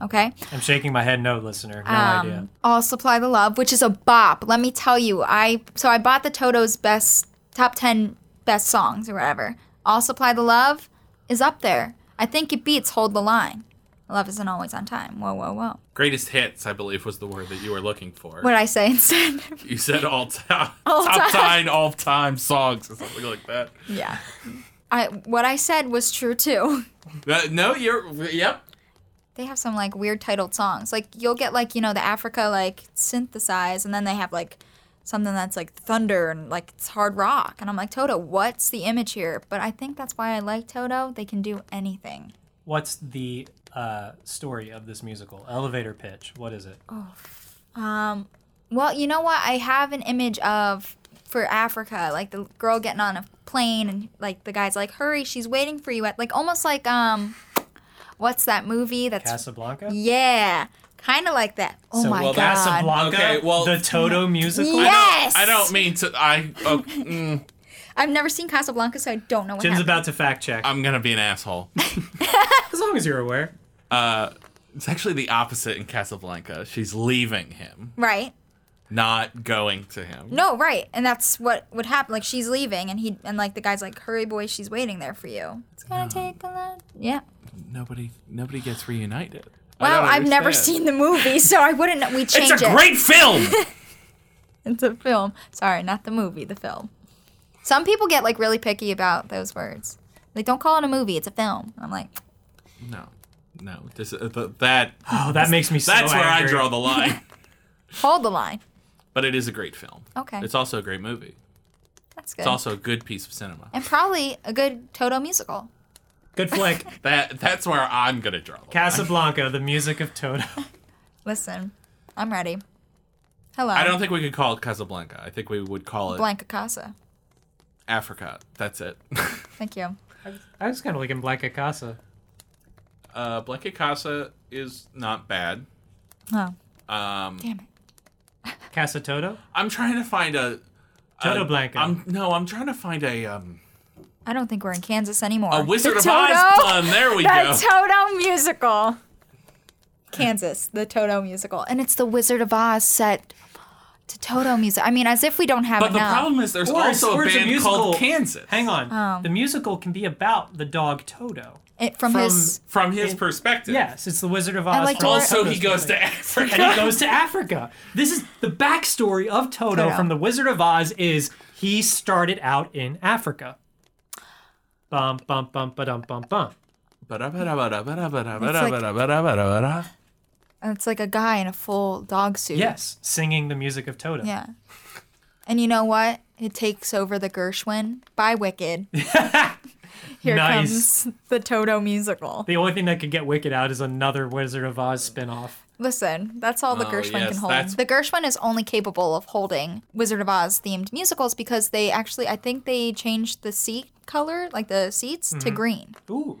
Speaker 5: okay.
Speaker 2: i'm shaking my head no listener no
Speaker 5: Um,
Speaker 2: idea
Speaker 5: All Supply the Love, which is a bop. Let me tell you, I so I bought the Toto's best top ten best songs or whatever. All Supply the Love is up there. I think it beats Hold the Line. Love isn't always on time. Whoa, whoa, whoa.
Speaker 3: Greatest hits, I believe, was the word that you were looking for.
Speaker 5: What did I say instead?
Speaker 3: You said all time,
Speaker 5: All
Speaker 3: top
Speaker 5: time.
Speaker 3: time, all time songs or something like that.
Speaker 5: yeah. I what I said was true too.
Speaker 3: That- no, you're. Yep.
Speaker 5: They have some like weird titled songs. Like you'll get like, you know, the Africa like synthesize and then they have like something that's like thunder and like it's hard rock. And I'm like, Toto, what's the image here? But I think that's why I like Toto. They can do anything.
Speaker 2: what's the uh story of this musical elevator pitch what is it
Speaker 5: Well, you know what? I have an image of for Africa, like the girl getting on a plane and like the guy's like, Hurry, she's waiting for you at like almost like um what's that movie that's
Speaker 2: casablanca
Speaker 5: Yeah. Kinda like that. Oh
Speaker 2: so
Speaker 5: my
Speaker 2: well,
Speaker 5: god.
Speaker 2: casablanca
Speaker 3: Okay, well-
Speaker 2: the toto musical
Speaker 5: Yeah. Yes!
Speaker 3: I don't mean to. I. Oh, mm,
Speaker 5: I've never seen Casablanca, so I don't know what
Speaker 2: jim's
Speaker 5: happened.
Speaker 2: about to fact check
Speaker 3: I'm gonna be an asshole.
Speaker 2: as long as you're aware
Speaker 3: It's actually the opposite in Casablanca. She's leaving him,
Speaker 5: right.
Speaker 3: not going to him.
Speaker 5: No, right. And that's what would happen. Like she's leaving and he and like the guy's like, Hurry boy, she's waiting there for you. It's gonna take a lot Yeah.
Speaker 3: Nobody, nobody gets reunited. I
Speaker 5: Well,
Speaker 3: don't
Speaker 5: I've never
Speaker 3: understand.
Speaker 5: seen the movie, so I wouldn't know. we change
Speaker 3: It's a
Speaker 5: it.
Speaker 3: great film.
Speaker 5: It's a film. Sorry, not the movie, the film. Some people get like really picky about those words. Like, don't call it a movie, it's a film. And I'm like,
Speaker 3: no, no, this, uh, th- that
Speaker 2: oh that makes me so
Speaker 3: that's where I
Speaker 2: angry.
Speaker 3: draw the line.
Speaker 5: hold the line.
Speaker 3: but it is a great film.
Speaker 5: Okay.
Speaker 3: It's also a great movie.
Speaker 5: That's good.
Speaker 3: It's also a good piece of cinema.
Speaker 5: and probably a good Toto musical.
Speaker 2: good flick
Speaker 3: That that's where I'm gonna draw. the line.
Speaker 2: casablanca the music of toto
Speaker 5: Listen, I'm ready. Hello.
Speaker 3: I don't think we could call it Casablanca. I think we would call it
Speaker 5: Blanca Casa.
Speaker 3: Africa. That's it.
Speaker 5: Thank you.
Speaker 2: i was kind of looking black at casa
Speaker 3: uh, Blanca Casa is not bad.
Speaker 5: Oh,
Speaker 3: Um,
Speaker 5: damn it.
Speaker 2: casa toto
Speaker 3: I'm trying to find a
Speaker 2: toto
Speaker 3: Uh,
Speaker 2: blanca
Speaker 3: I'm no, I'm trying to find a um
Speaker 5: I don't think we're in Kansas anymore.
Speaker 9: A Wizard
Speaker 5: The
Speaker 9: of Oz
Speaker 5: Toto-
Speaker 9: pun. There we go.
Speaker 5: The Toto musical. Kansas, the Toto musical. And it's the Wizard of Oz set to Toto music. I mean, as if we don't have
Speaker 9: but the
Speaker 5: enough.
Speaker 9: problem is there's
Speaker 2: Or it's-
Speaker 9: also
Speaker 2: or
Speaker 9: a
Speaker 2: it's a
Speaker 9: band
Speaker 2: musical.
Speaker 9: called Kansas.
Speaker 2: Hang on.
Speaker 5: Um.
Speaker 2: The musical can be about the dog Toto.
Speaker 5: It- from,
Speaker 2: from-
Speaker 5: his
Speaker 9: From his perspective.
Speaker 2: Yes, it's the Wizard of Oz.
Speaker 5: like
Speaker 2: from
Speaker 5: Dora-
Speaker 9: Also,
Speaker 2: Toto's
Speaker 9: he goes
Speaker 2: story.
Speaker 9: to Africa.
Speaker 2: and he goes to Africa. This is the backstory of Toto
Speaker 5: Toto.
Speaker 2: from The Wizard of Oz. Is he started out in Africa? Bum bum bum ba dum bum bum.
Speaker 3: Ba-da-ba-da-ba-da-ba-da-ba-da-ba-da-ba-da-ba-da.
Speaker 5: it's like a guy in a full dog suit.
Speaker 2: Yes, singing the music of Toto.
Speaker 5: Yeah. And you know what? It takes over the Gershwin by Wicked. Here
Speaker 2: Nice.
Speaker 5: comes the Toto musical.
Speaker 2: The only thing that could get Wicked out is another Wizard of Oz spinoff.
Speaker 5: Listen, that's all the
Speaker 9: Oh,
Speaker 5: Gershwin
Speaker 9: yes,
Speaker 5: can hold.
Speaker 9: that's-
Speaker 5: The Gershwin is only capable of holding Wizard of Oz themed musicals because they actually, I think they changed the seat color, like the seats, to green.
Speaker 2: Ooh,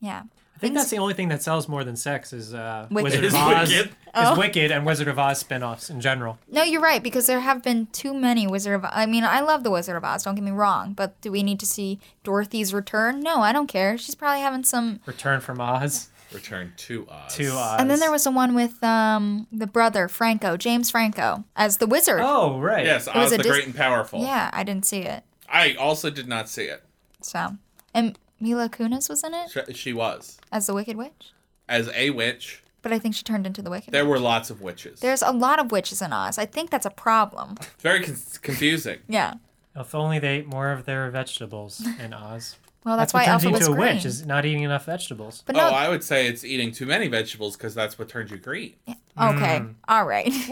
Speaker 5: Yeah.
Speaker 2: Mm-hmm. I think that's the only thing that sells more than sex is uh,
Speaker 5: Wicked.
Speaker 2: Wizard of
Speaker 5: Is
Speaker 2: Oz.
Speaker 9: Wicked.
Speaker 2: Is Wicked and Wizard of Oz spinoffs in general.
Speaker 5: No, you're right because there have been too many Wizard of. I mean, I love the Wizard of Oz. Don't get me wrong, but do we need to see Dorothy's return? No, I don't care. She's probably having some.
Speaker 2: Return from Oz
Speaker 9: Return to Oz.
Speaker 2: to Oz.
Speaker 5: And then there was the one with um the brother Franco, James Franco, as the wizard.
Speaker 2: Oh right.
Speaker 9: Yes, Oz
Speaker 5: was
Speaker 9: the
Speaker 5: a dis-
Speaker 9: Great and Powerful.
Speaker 5: Yeah, I didn't see it.
Speaker 9: I also did not see it.
Speaker 5: So, and Mila Kunis was in it
Speaker 9: She- She was.
Speaker 5: as the Wicked Witch,
Speaker 9: As a witch,
Speaker 5: but I think she turned into the Wicked.
Speaker 9: there
Speaker 5: Witch.
Speaker 9: were lots of witches.
Speaker 5: There's a lot of witches in Oz. I think that's a problem.
Speaker 9: It's very con- confusing.
Speaker 5: Yeah.
Speaker 2: If only they ate more of their vegetables in Oz.
Speaker 5: Well, that's
Speaker 2: what
Speaker 5: why
Speaker 2: turns
Speaker 5: Alpha
Speaker 2: you
Speaker 5: was
Speaker 2: into a
Speaker 5: green.
Speaker 2: witch is not eating enough vegetables.
Speaker 5: But no.
Speaker 9: Oh, I would say it's eating too many vegetables because that's what turns you green. Uh,
Speaker 5: okay. All right.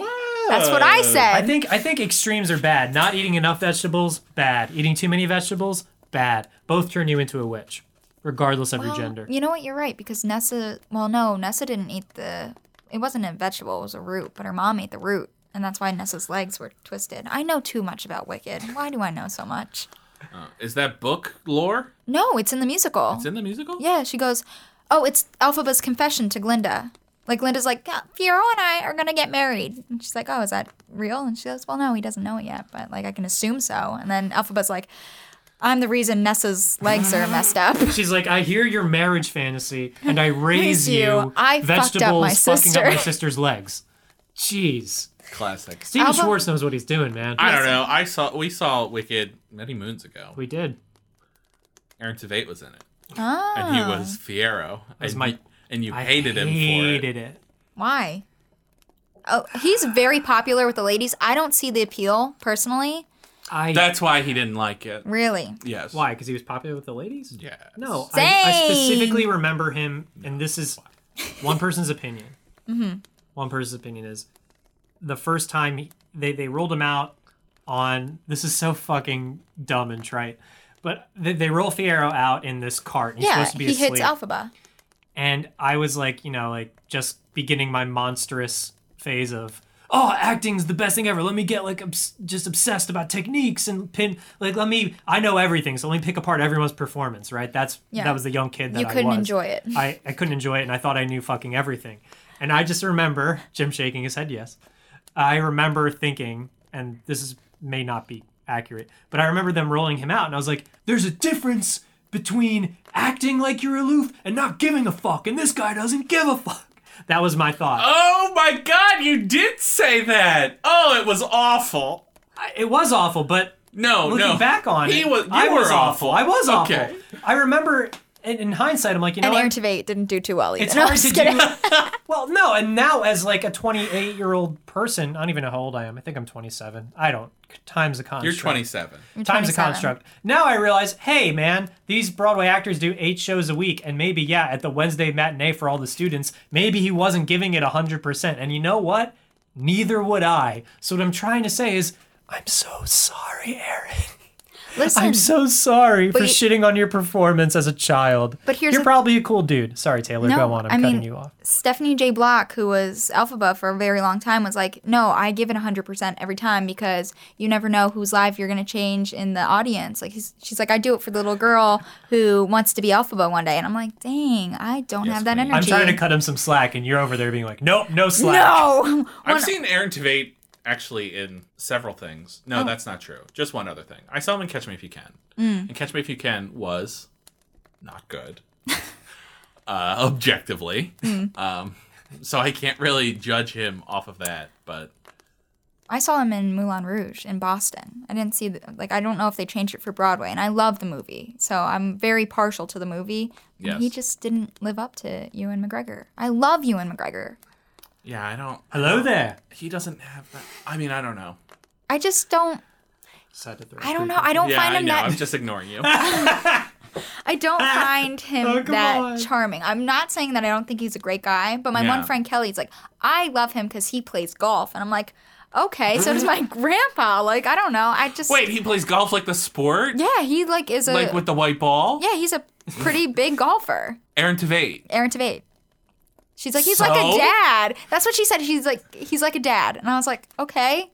Speaker 5: That's what I said.
Speaker 2: Hmm. I think I think extremes are bad. Not eating enough vegetables, bad. Eating too many vegetables, bad. Both turn you into a witch, regardless of your
Speaker 5: Well,
Speaker 2: gender.
Speaker 5: You know what? You're right because Nessa. Well, no, Nessa didn't eat the. It wasn't a vegetable. It was a root. But her mom ate the root, and that's why Nessa's legs were twisted. I know too much about Wicked. Why do I know so much?
Speaker 9: Is that book lore?
Speaker 5: No, it's in the musical.
Speaker 9: It's in the musical?
Speaker 5: yeah, she goes. Oh, it's Alphaba's confession to Glinda. Like Glinda's like, yeah, Fiero and I are gonna get married, and she's like, oh, is that real? And she goes, well, no, he doesn't know it yet, but like I can assume so. And then Alphaba's like, I'm the reason Nessa's legs are messed up.
Speaker 2: She's like, I hear your marriage fantasy, and I raise
Speaker 5: you.
Speaker 2: you.
Speaker 5: I fucked up
Speaker 2: vegetables
Speaker 5: my
Speaker 2: fucking up my
Speaker 5: sister."
Speaker 2: sister's legs. Jeez,
Speaker 9: Classic.
Speaker 2: Steven
Speaker 5: Alpha-
Speaker 2: Schwartz knows what he's doing, man.
Speaker 9: I don't know. I saw we saw Wicked many moons ago.
Speaker 2: we did.
Speaker 9: Aaron Tveit was in it,
Speaker 5: Oh,
Speaker 9: and he
Speaker 3: Ah.
Speaker 9: was Fiero.
Speaker 2: was
Speaker 9: and
Speaker 2: my-
Speaker 9: you- and you
Speaker 2: I
Speaker 9: hated him for it.
Speaker 2: Hated it.
Speaker 5: Why? Oh, he's very popular with the ladies. I don't see the appeal personally.
Speaker 2: I
Speaker 9: That's why he didn't like it.
Speaker 5: Really?
Speaker 9: Yes.
Speaker 2: why? Because he was popular with the ladies.
Speaker 9: Yes.
Speaker 2: No, I, I
Speaker 5: Same.
Speaker 2: specifically remember him, and this is one person's opinion.
Speaker 5: Mm-hmm.
Speaker 2: One person's opinion is the first time he, they they rolled him out on. This is so fucking dumb and trite, but they, they roll Fiero out in this cart. And he's
Speaker 5: yeah,
Speaker 2: supposed to be
Speaker 5: he
Speaker 2: asleep,
Speaker 5: hits Alphaba.
Speaker 2: and I was like, you know, like just beginning my monstrous phase of. Oh, acting's the best thing ever. Let me get like obs- just obsessed about techniques and pin. Like, let me. I know everything, so let me pick apart everyone's performance. Right? That's
Speaker 5: Yeah.
Speaker 2: that was the young kid that
Speaker 5: You
Speaker 2: I
Speaker 5: couldn't
Speaker 2: was.
Speaker 5: enjoy it.
Speaker 2: I, I couldn't enjoy it and I thought I knew fucking everything. And I just remember Jim shaking his head yes. I remember thinking, and this is may not be accurate, but I remember them rolling him out and I was like, there's a difference between acting like you're aloof and not giving a fuck, and this guy doesn't give a fuck. That was my thought.
Speaker 9: Oh my God! You did say that. Oh, it was awful.
Speaker 2: I- It was awful, but
Speaker 9: No,
Speaker 2: looking
Speaker 9: no.
Speaker 2: back on
Speaker 9: he
Speaker 2: it,
Speaker 9: was. You
Speaker 2: I
Speaker 9: were
Speaker 2: was awful. I was awful.
Speaker 9: Okay.
Speaker 2: I remember, in, in hindsight, I'm like, you know
Speaker 5: And
Speaker 2: what?
Speaker 5: Air Tveit didn't do too well either.
Speaker 2: It's
Speaker 5: No, I'm
Speaker 2: hard to
Speaker 5: just kidding.
Speaker 2: do. well, no, and now as like a 28 year old person, I don't even know how old I am. I think I'm 27. I don't. Time's a construct.
Speaker 9: You're 27.
Speaker 2: Time's a
Speaker 5: 27.
Speaker 2: construct. Now I realize, hey man, these Broadway actors do eight shows a week, and maybe yeah, at the Wednesday matinee for all the students, maybe he wasn't giving it 100. percent And you know what? Neither would I. So what I'm trying to say is, I'm so sorry, Aaron.
Speaker 5: Listen,
Speaker 2: I'm so sorry for
Speaker 5: you-
Speaker 2: shitting on your performance as a child.
Speaker 5: But here's
Speaker 2: you're
Speaker 5: the-
Speaker 2: probably a cool dude. Sorry, Taylor.
Speaker 5: No,
Speaker 2: go on. I'm
Speaker 5: I
Speaker 2: cutting
Speaker 5: mean-
Speaker 2: you off.
Speaker 5: Stephanie J. Block, who was Alphaba for a very long time, was like, no, I give it 100% every time because you never know whose life you're going to change in the audience. Like, he's, she's like, I do it for the little girl who wants to be Alphaba one day. And I'm like, dang, I don't have that
Speaker 9: queen.
Speaker 5: energy. Oh.
Speaker 2: I'm trying to cut him some slack, and you're over there being like, "Nope, no slack."
Speaker 5: No!
Speaker 9: I've seen Aaron Tveit
Speaker 3: actually in several things. No,
Speaker 2: Oh.
Speaker 3: that's not true. Just one other thing. I saw him in Catch Me If You Can.
Speaker 2: Mm.
Speaker 3: And Catch Me If You Can was not good, uh, objectively.
Speaker 2: Mm.
Speaker 3: Um, so I can't really judge him off of that. But
Speaker 5: I saw him in Moulin Rouge in Boston. I didn't see the, like I don't know if they changed it for Broadway, and I love the movie, so I'm very partial to the movie. And
Speaker 3: Yes.
Speaker 5: He just didn't live up to Ewan McGregor. I love Ewan McGregor.
Speaker 3: yeah, I don't.
Speaker 2: Hello there.
Speaker 3: He doesn't have that. I mean, I don't know.
Speaker 5: I just don't.
Speaker 2: Said it there.
Speaker 5: I don't know. I don't
Speaker 3: Yeah,
Speaker 5: find
Speaker 3: I
Speaker 5: him
Speaker 3: know.
Speaker 5: that.
Speaker 3: I'm just ignoring you.
Speaker 5: I don't find him
Speaker 2: Oh, come
Speaker 5: that
Speaker 2: on.
Speaker 5: charming. I'm not saying that I don't think he's a great guy, but my
Speaker 3: Yeah.
Speaker 5: one friend Kelly's like, I love him because he plays golf, and I'm like, okay, so does my grandpa. Like, I don't know. I just
Speaker 3: Wait, he plays golf like the sport?
Speaker 5: Yeah, he like is a
Speaker 3: Like with the white ball?
Speaker 5: yeah, he's a pretty big golfer.
Speaker 3: Aaron Tveit.
Speaker 5: Aaron Tveit. She's like, he's like a
Speaker 3: So?
Speaker 5: dad. That's what she said. She's like, he's like a dad, and I was like, okay.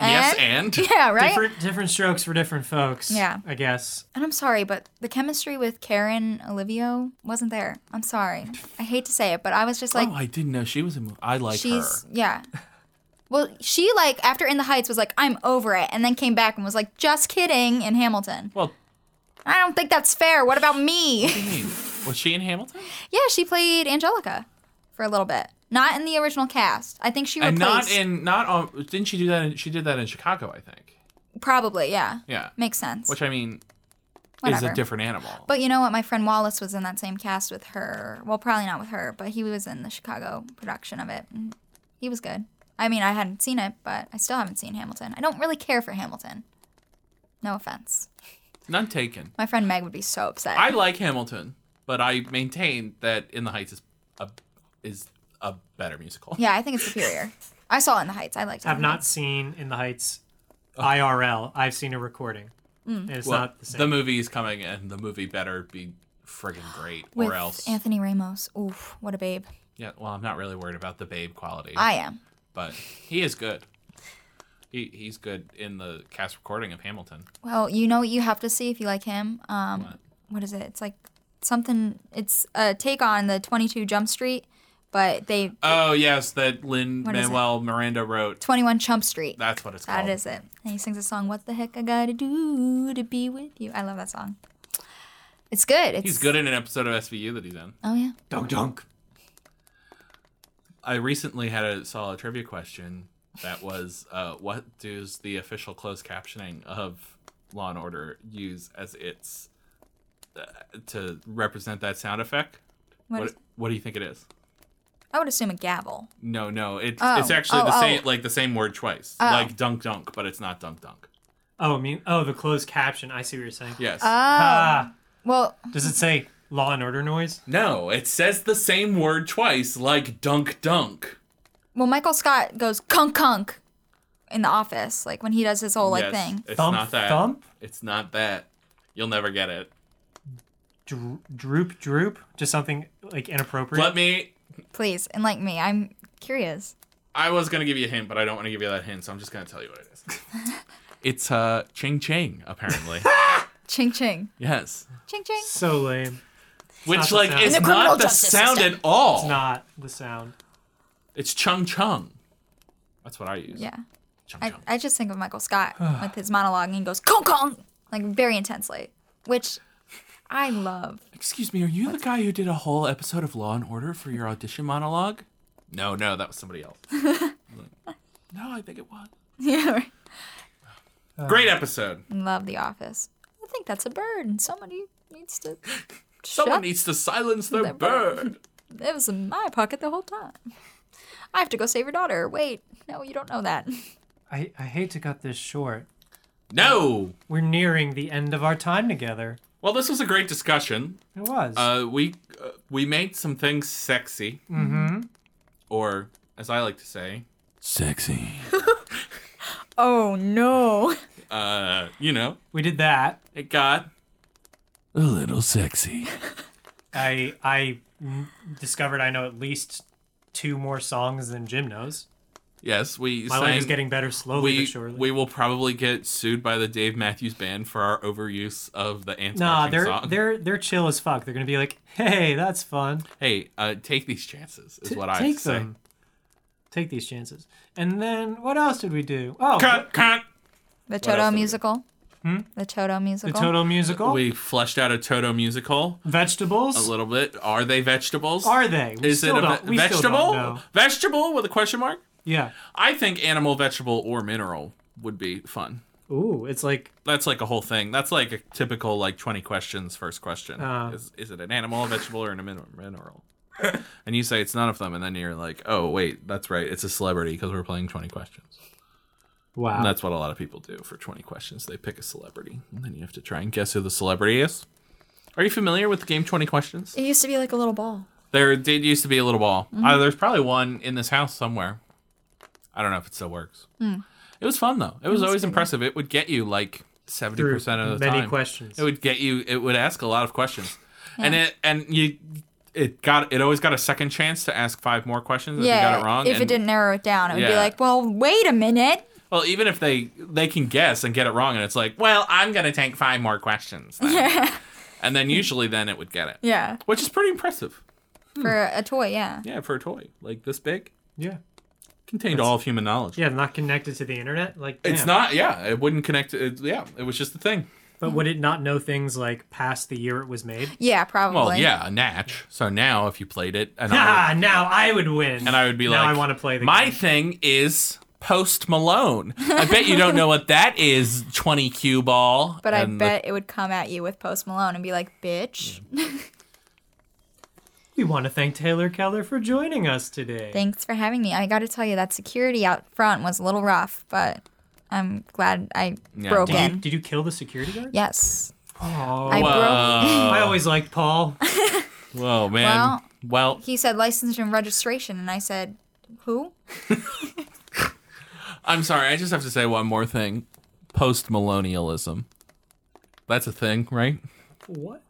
Speaker 3: Yes, and?
Speaker 5: yeah, right.
Speaker 2: Different different strokes for different folks.
Speaker 5: Yeah.
Speaker 2: I guess.
Speaker 5: And I'm sorry, but the chemistry with Karen Olivio wasn't there. I'm sorry. I hate to say it, but I was just like,
Speaker 3: oh, I didn't know she was a movie. I like
Speaker 5: she's
Speaker 3: her.
Speaker 5: yeah. Well, she like after In the Heights was like, I'm over it, and then came back and was like, just kidding in Hamilton.
Speaker 3: Well,
Speaker 5: I don't think that's fair. What about me?
Speaker 3: I mean, was she in Hamilton?
Speaker 5: yeah, she played Angelica for a little bit, not in the original cast. I think she replaced
Speaker 3: And not in not on. Didn't she do that? In, she did that in Chicago, I think.
Speaker 5: probably yeah.
Speaker 3: Yeah.
Speaker 5: Makes sense.
Speaker 3: Which I mean, is
Speaker 5: Whatever.
Speaker 3: a different animal.
Speaker 5: But you know what? My friend Wallace was in that same cast with her. Well, probably not with her, but he was in the Chicago production of it. and He was good. I mean, I hadn't seen it, but I still haven't seen Hamilton. I don't really care for Hamilton. No offense.
Speaker 3: None taken.
Speaker 5: My friend Meg would be so upset.
Speaker 3: I like Hamilton, but I maintain that In the Heights is a is a better musical.
Speaker 5: yeah, I think it's superior. I saw it in the Heights. I liked it.
Speaker 2: I've not seen In the Heights IRL. I've seen a recording.
Speaker 5: Mm.
Speaker 2: And it's
Speaker 3: Well,
Speaker 2: not the same.
Speaker 3: the movie is coming, and the movie better be friggin' great,
Speaker 5: With
Speaker 3: or else.
Speaker 5: Anthony Ramos. Oof, what a babe.
Speaker 3: yeah. Well, I'm not really worried about the babe quality.
Speaker 5: I am.
Speaker 3: but he is good. He he's good in the cast recording of Hamilton.
Speaker 5: Well, you know what you have to see if you like him. Um, what is it? It's like something. It's a take on the 22 Jump Street, but they
Speaker 3: Oh yes, that Lynn
Speaker 5: What is it?
Speaker 3: Manuel Miranda wrote.
Speaker 5: 21 Chump Street.
Speaker 3: That's what it's called.
Speaker 5: That is it. And he sings a song, What the Heck I Gotta Do to Be With You. I love that song. It's good. It's,
Speaker 3: He's good in an episode of SVU that he's in.
Speaker 5: Oh, yeah.
Speaker 2: dunk dunk.
Speaker 3: I recently had a solid trivia question that was, uh, what does the official closed captioning of Law and Order use as its uh, to represent that sound effect?
Speaker 5: What
Speaker 3: What
Speaker 5: is-
Speaker 3: what do you think it is?
Speaker 5: I would assume a gavel.
Speaker 3: No, no, it's
Speaker 5: Oh,
Speaker 3: it's actually
Speaker 5: oh,
Speaker 3: the
Speaker 5: oh.
Speaker 3: same like the same word twice, like dunk dunk, but it's not dunk dunk.
Speaker 2: Oh, I mean, oh, the closed caption. I see what you're saying.
Speaker 3: Yes.
Speaker 5: Oh.
Speaker 2: Ah,
Speaker 5: Well,
Speaker 2: does it say Law and Order noise?
Speaker 3: No, it says the same word twice, like dunk dunk.
Speaker 5: well, Michael Scott goes kunk kunk in the office, like when he does his whole like
Speaker 3: Yes,
Speaker 5: thing.
Speaker 3: It's
Speaker 2: Thump,
Speaker 3: not that.
Speaker 2: thump?
Speaker 3: It's not that. You'll never get it.
Speaker 2: Dro- droop droop. Just something like inappropriate.
Speaker 3: Let me.
Speaker 5: Please, enlighten me. I'm curious.
Speaker 3: I was gonna give you a hint, but I don't want to give you that hint, so I'm just gonna tell you what it is. it's uh ching ching apparently.
Speaker 5: Ching ching.
Speaker 3: yes.
Speaker 5: Ching ching.
Speaker 2: so lame. not
Speaker 3: Which
Speaker 2: the
Speaker 3: like
Speaker 2: sound.
Speaker 3: is
Speaker 5: In the criminal
Speaker 3: not the
Speaker 5: justice
Speaker 3: sound
Speaker 5: system.
Speaker 3: at all. It's,
Speaker 2: It's not the sound.
Speaker 3: chung chung. That's what I use.
Speaker 5: Yeah.
Speaker 3: Chung
Speaker 5: I,
Speaker 3: chung.
Speaker 5: I just think of Michael Scott with his monologue and he goes kunk kunk, like very intensely, which I love.
Speaker 3: Excuse me, are you the guy who did a whole episode of Law and Order for your audition monologue? No, no, that was somebody else. no, I think it was.
Speaker 5: Yeah, right.
Speaker 2: Uh,
Speaker 3: Great episode.
Speaker 5: Love The Office. I think that's a bird, and somebody needs to.
Speaker 3: Someone
Speaker 5: shut-
Speaker 3: needs to silence their,
Speaker 5: Their bird.
Speaker 3: bird.
Speaker 5: It was in my pocket the whole time. I have to go save your daughter. Wait, no, you don't know that.
Speaker 2: I, I hate to cut this short.
Speaker 3: No.
Speaker 2: We're nearing the end of our time together.
Speaker 3: Well, this was a great discussion.
Speaker 2: It was.
Speaker 3: Uh, we uh, we made some things sexy, mm-hmm. or as I like to say, sexy.
Speaker 5: Oh no!
Speaker 3: Uh, you know,
Speaker 2: we did that.
Speaker 3: it got a little sexy.
Speaker 2: I I m- discovered I know at least two more songs than Jim knows.
Speaker 3: Yes, we.
Speaker 2: My life is
Speaker 3: sang-
Speaker 2: getting better slowly
Speaker 3: We,
Speaker 2: but surely.
Speaker 3: we will probably get sued by the Dave Matthews Band for our overuse of the ants
Speaker 2: nah,
Speaker 3: marching
Speaker 2: they're
Speaker 3: song.
Speaker 2: they're they're chill as fuck. They're gonna be like, hey, that's fun.
Speaker 3: Hey, uh, take these chances is what I
Speaker 2: Take
Speaker 3: say.
Speaker 2: them. take these chances. And then what else did we do? Oh,
Speaker 3: Cut, cut.
Speaker 5: The
Speaker 3: else
Speaker 5: Toto
Speaker 3: did we- Hmm?
Speaker 5: musical. The Toto
Speaker 2: the
Speaker 5: musical.
Speaker 2: Toto musical.
Speaker 3: We fleshed out a Toto musical
Speaker 2: Vegetables.
Speaker 3: a little bit. Are they vegetables?
Speaker 2: Are they? We
Speaker 3: Is it
Speaker 2: still
Speaker 3: a
Speaker 2: don't-
Speaker 3: ve-
Speaker 2: we still don't
Speaker 3: vegetable?
Speaker 2: know.
Speaker 3: Vegetable with a question mark?
Speaker 2: Yeah.
Speaker 3: I think animal, vegetable, or mineral would be fun.
Speaker 2: Ooh, it's like
Speaker 3: That's like a whole thing. That's like a typical like twenty questions. First question
Speaker 2: Uh.
Speaker 3: is is it an animal, a vegetable, or a min- mineral? and you say it's none of them, and then you're like, oh wait, that's right, it's a celebrity because we're playing twenty questions.
Speaker 2: wow.
Speaker 3: And that's what a lot of people do for twenty questions. They pick a celebrity, and then you have to try and guess who the celebrity is. Are you familiar with the game Twenty Questions?
Speaker 5: It used to be like a little ball.
Speaker 3: There did used to be a little ball.
Speaker 5: Mm-hmm.
Speaker 3: Uh, there's probably one in this house somewhere. I don't know if it still works.
Speaker 5: Hmm.
Speaker 3: It was fun though. It was always impressive. It would get you like seventy
Speaker 2: Through
Speaker 3: percent of the
Speaker 2: many
Speaker 3: time.
Speaker 2: questions.
Speaker 3: It would get you. It would ask a lot of questions, and it and you. It got it always got a second chance to ask five more questions if
Speaker 5: yeah.
Speaker 3: you got it wrong.
Speaker 5: if it
Speaker 3: and-
Speaker 5: didn't narrow it down, it would be
Speaker 3: Yeah.
Speaker 5: like, well, wait a minute.
Speaker 3: well, even if they they can guess and get it wrong, and it's like, well, I'm gonna take five more questions, then.
Speaker 5: Yeah.
Speaker 3: and then usually then it would get it,
Speaker 5: Yeah. Hmm.
Speaker 3: which is pretty impressive.
Speaker 5: For a toy, yeah.
Speaker 3: Yeah, for a toy like this big,
Speaker 2: yeah.
Speaker 3: contained all of human knowledge.
Speaker 2: Yeah, not connected to the internet. Like
Speaker 3: It's
Speaker 2: damn.
Speaker 3: not. Yeah, it wouldn't connect. It, yeah, it was just a thing.
Speaker 2: But would it not know things like past the year it was made?
Speaker 5: Yeah, probably.
Speaker 3: Well, yeah, a natch. So now, if you played it, and I,
Speaker 2: Ah, now I would win.
Speaker 3: and I would be
Speaker 2: now
Speaker 3: like,
Speaker 2: I want to play the
Speaker 3: My
Speaker 2: game.
Speaker 3: thing is Post Malone. I bet you don't know what that is. Twenty cue ball.
Speaker 5: But I
Speaker 3: And the- Mm-hmm.
Speaker 5: bet it would come at you with Post Malone and be like, bitch,
Speaker 2: We want to thank Taylor Keller for joining us today.
Speaker 5: thanks for having me. I got to tell you, that security out front was a little rough, but I'm glad I
Speaker 3: Yeah,
Speaker 5: broke
Speaker 3: did
Speaker 2: did, you,
Speaker 5: in.
Speaker 2: did you kill the security guard?
Speaker 5: Yes.
Speaker 2: Oh,
Speaker 5: I
Speaker 2: I,
Speaker 5: broke-
Speaker 3: Whoa,
Speaker 2: always liked Paul.
Speaker 3: whoa, Oh, man. Well,
Speaker 5: He said license and registration, and I said, who?
Speaker 3: I'm sorry. I just have to say one more thing. Post Millennialism. That's a thing, right?
Speaker 2: what?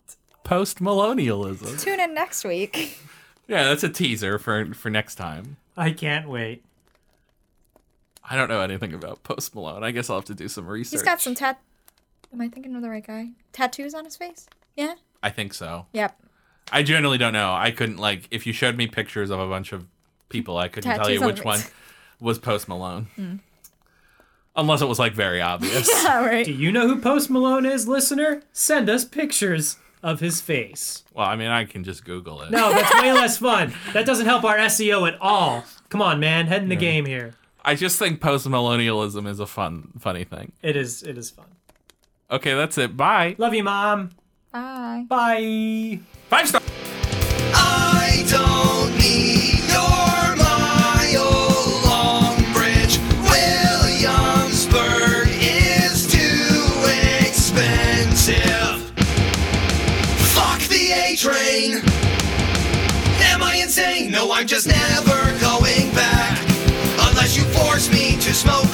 Speaker 3: Post Millennialism.
Speaker 5: Tune in next week.
Speaker 3: Yeah, that's a teaser for for next time.
Speaker 2: I can't wait.
Speaker 3: I don't know anything about Post Malone. I guess I'll have to do some research.
Speaker 5: He's got some tat. Am I thinking of the right guy? Tattoos on his face? Yeah?
Speaker 3: I think so.
Speaker 5: Yep.
Speaker 3: I generally don't know. I couldn't like if you showed me pictures of a bunch of people, I couldn't tell
Speaker 5: Tattoos
Speaker 3: you
Speaker 5: on
Speaker 3: which
Speaker 5: the Hmm.
Speaker 3: one
Speaker 5: face.
Speaker 3: was Post Malone. Unless it was like very obvious.
Speaker 5: All right.
Speaker 2: Do you know who Post Malone is, listener? Send us pictures of his face.
Speaker 3: well, I mean, I can just Google it.
Speaker 2: No, that's way less fun. That doesn't help our SEO at all. Come on, man, head in the game here.
Speaker 3: I just think post millennialism is a fun, funny thing.
Speaker 2: It is it is fun.
Speaker 3: Okay, that's it. Bye.
Speaker 2: Love you, mom.
Speaker 5: Bye.
Speaker 2: Bye.
Speaker 3: Five star.
Speaker 1: I don't need your mile-long bridge. Williamsburg is too expensive. Fuck the A train. Am I insane? No, I'm just never going back. Unless you force me to smoke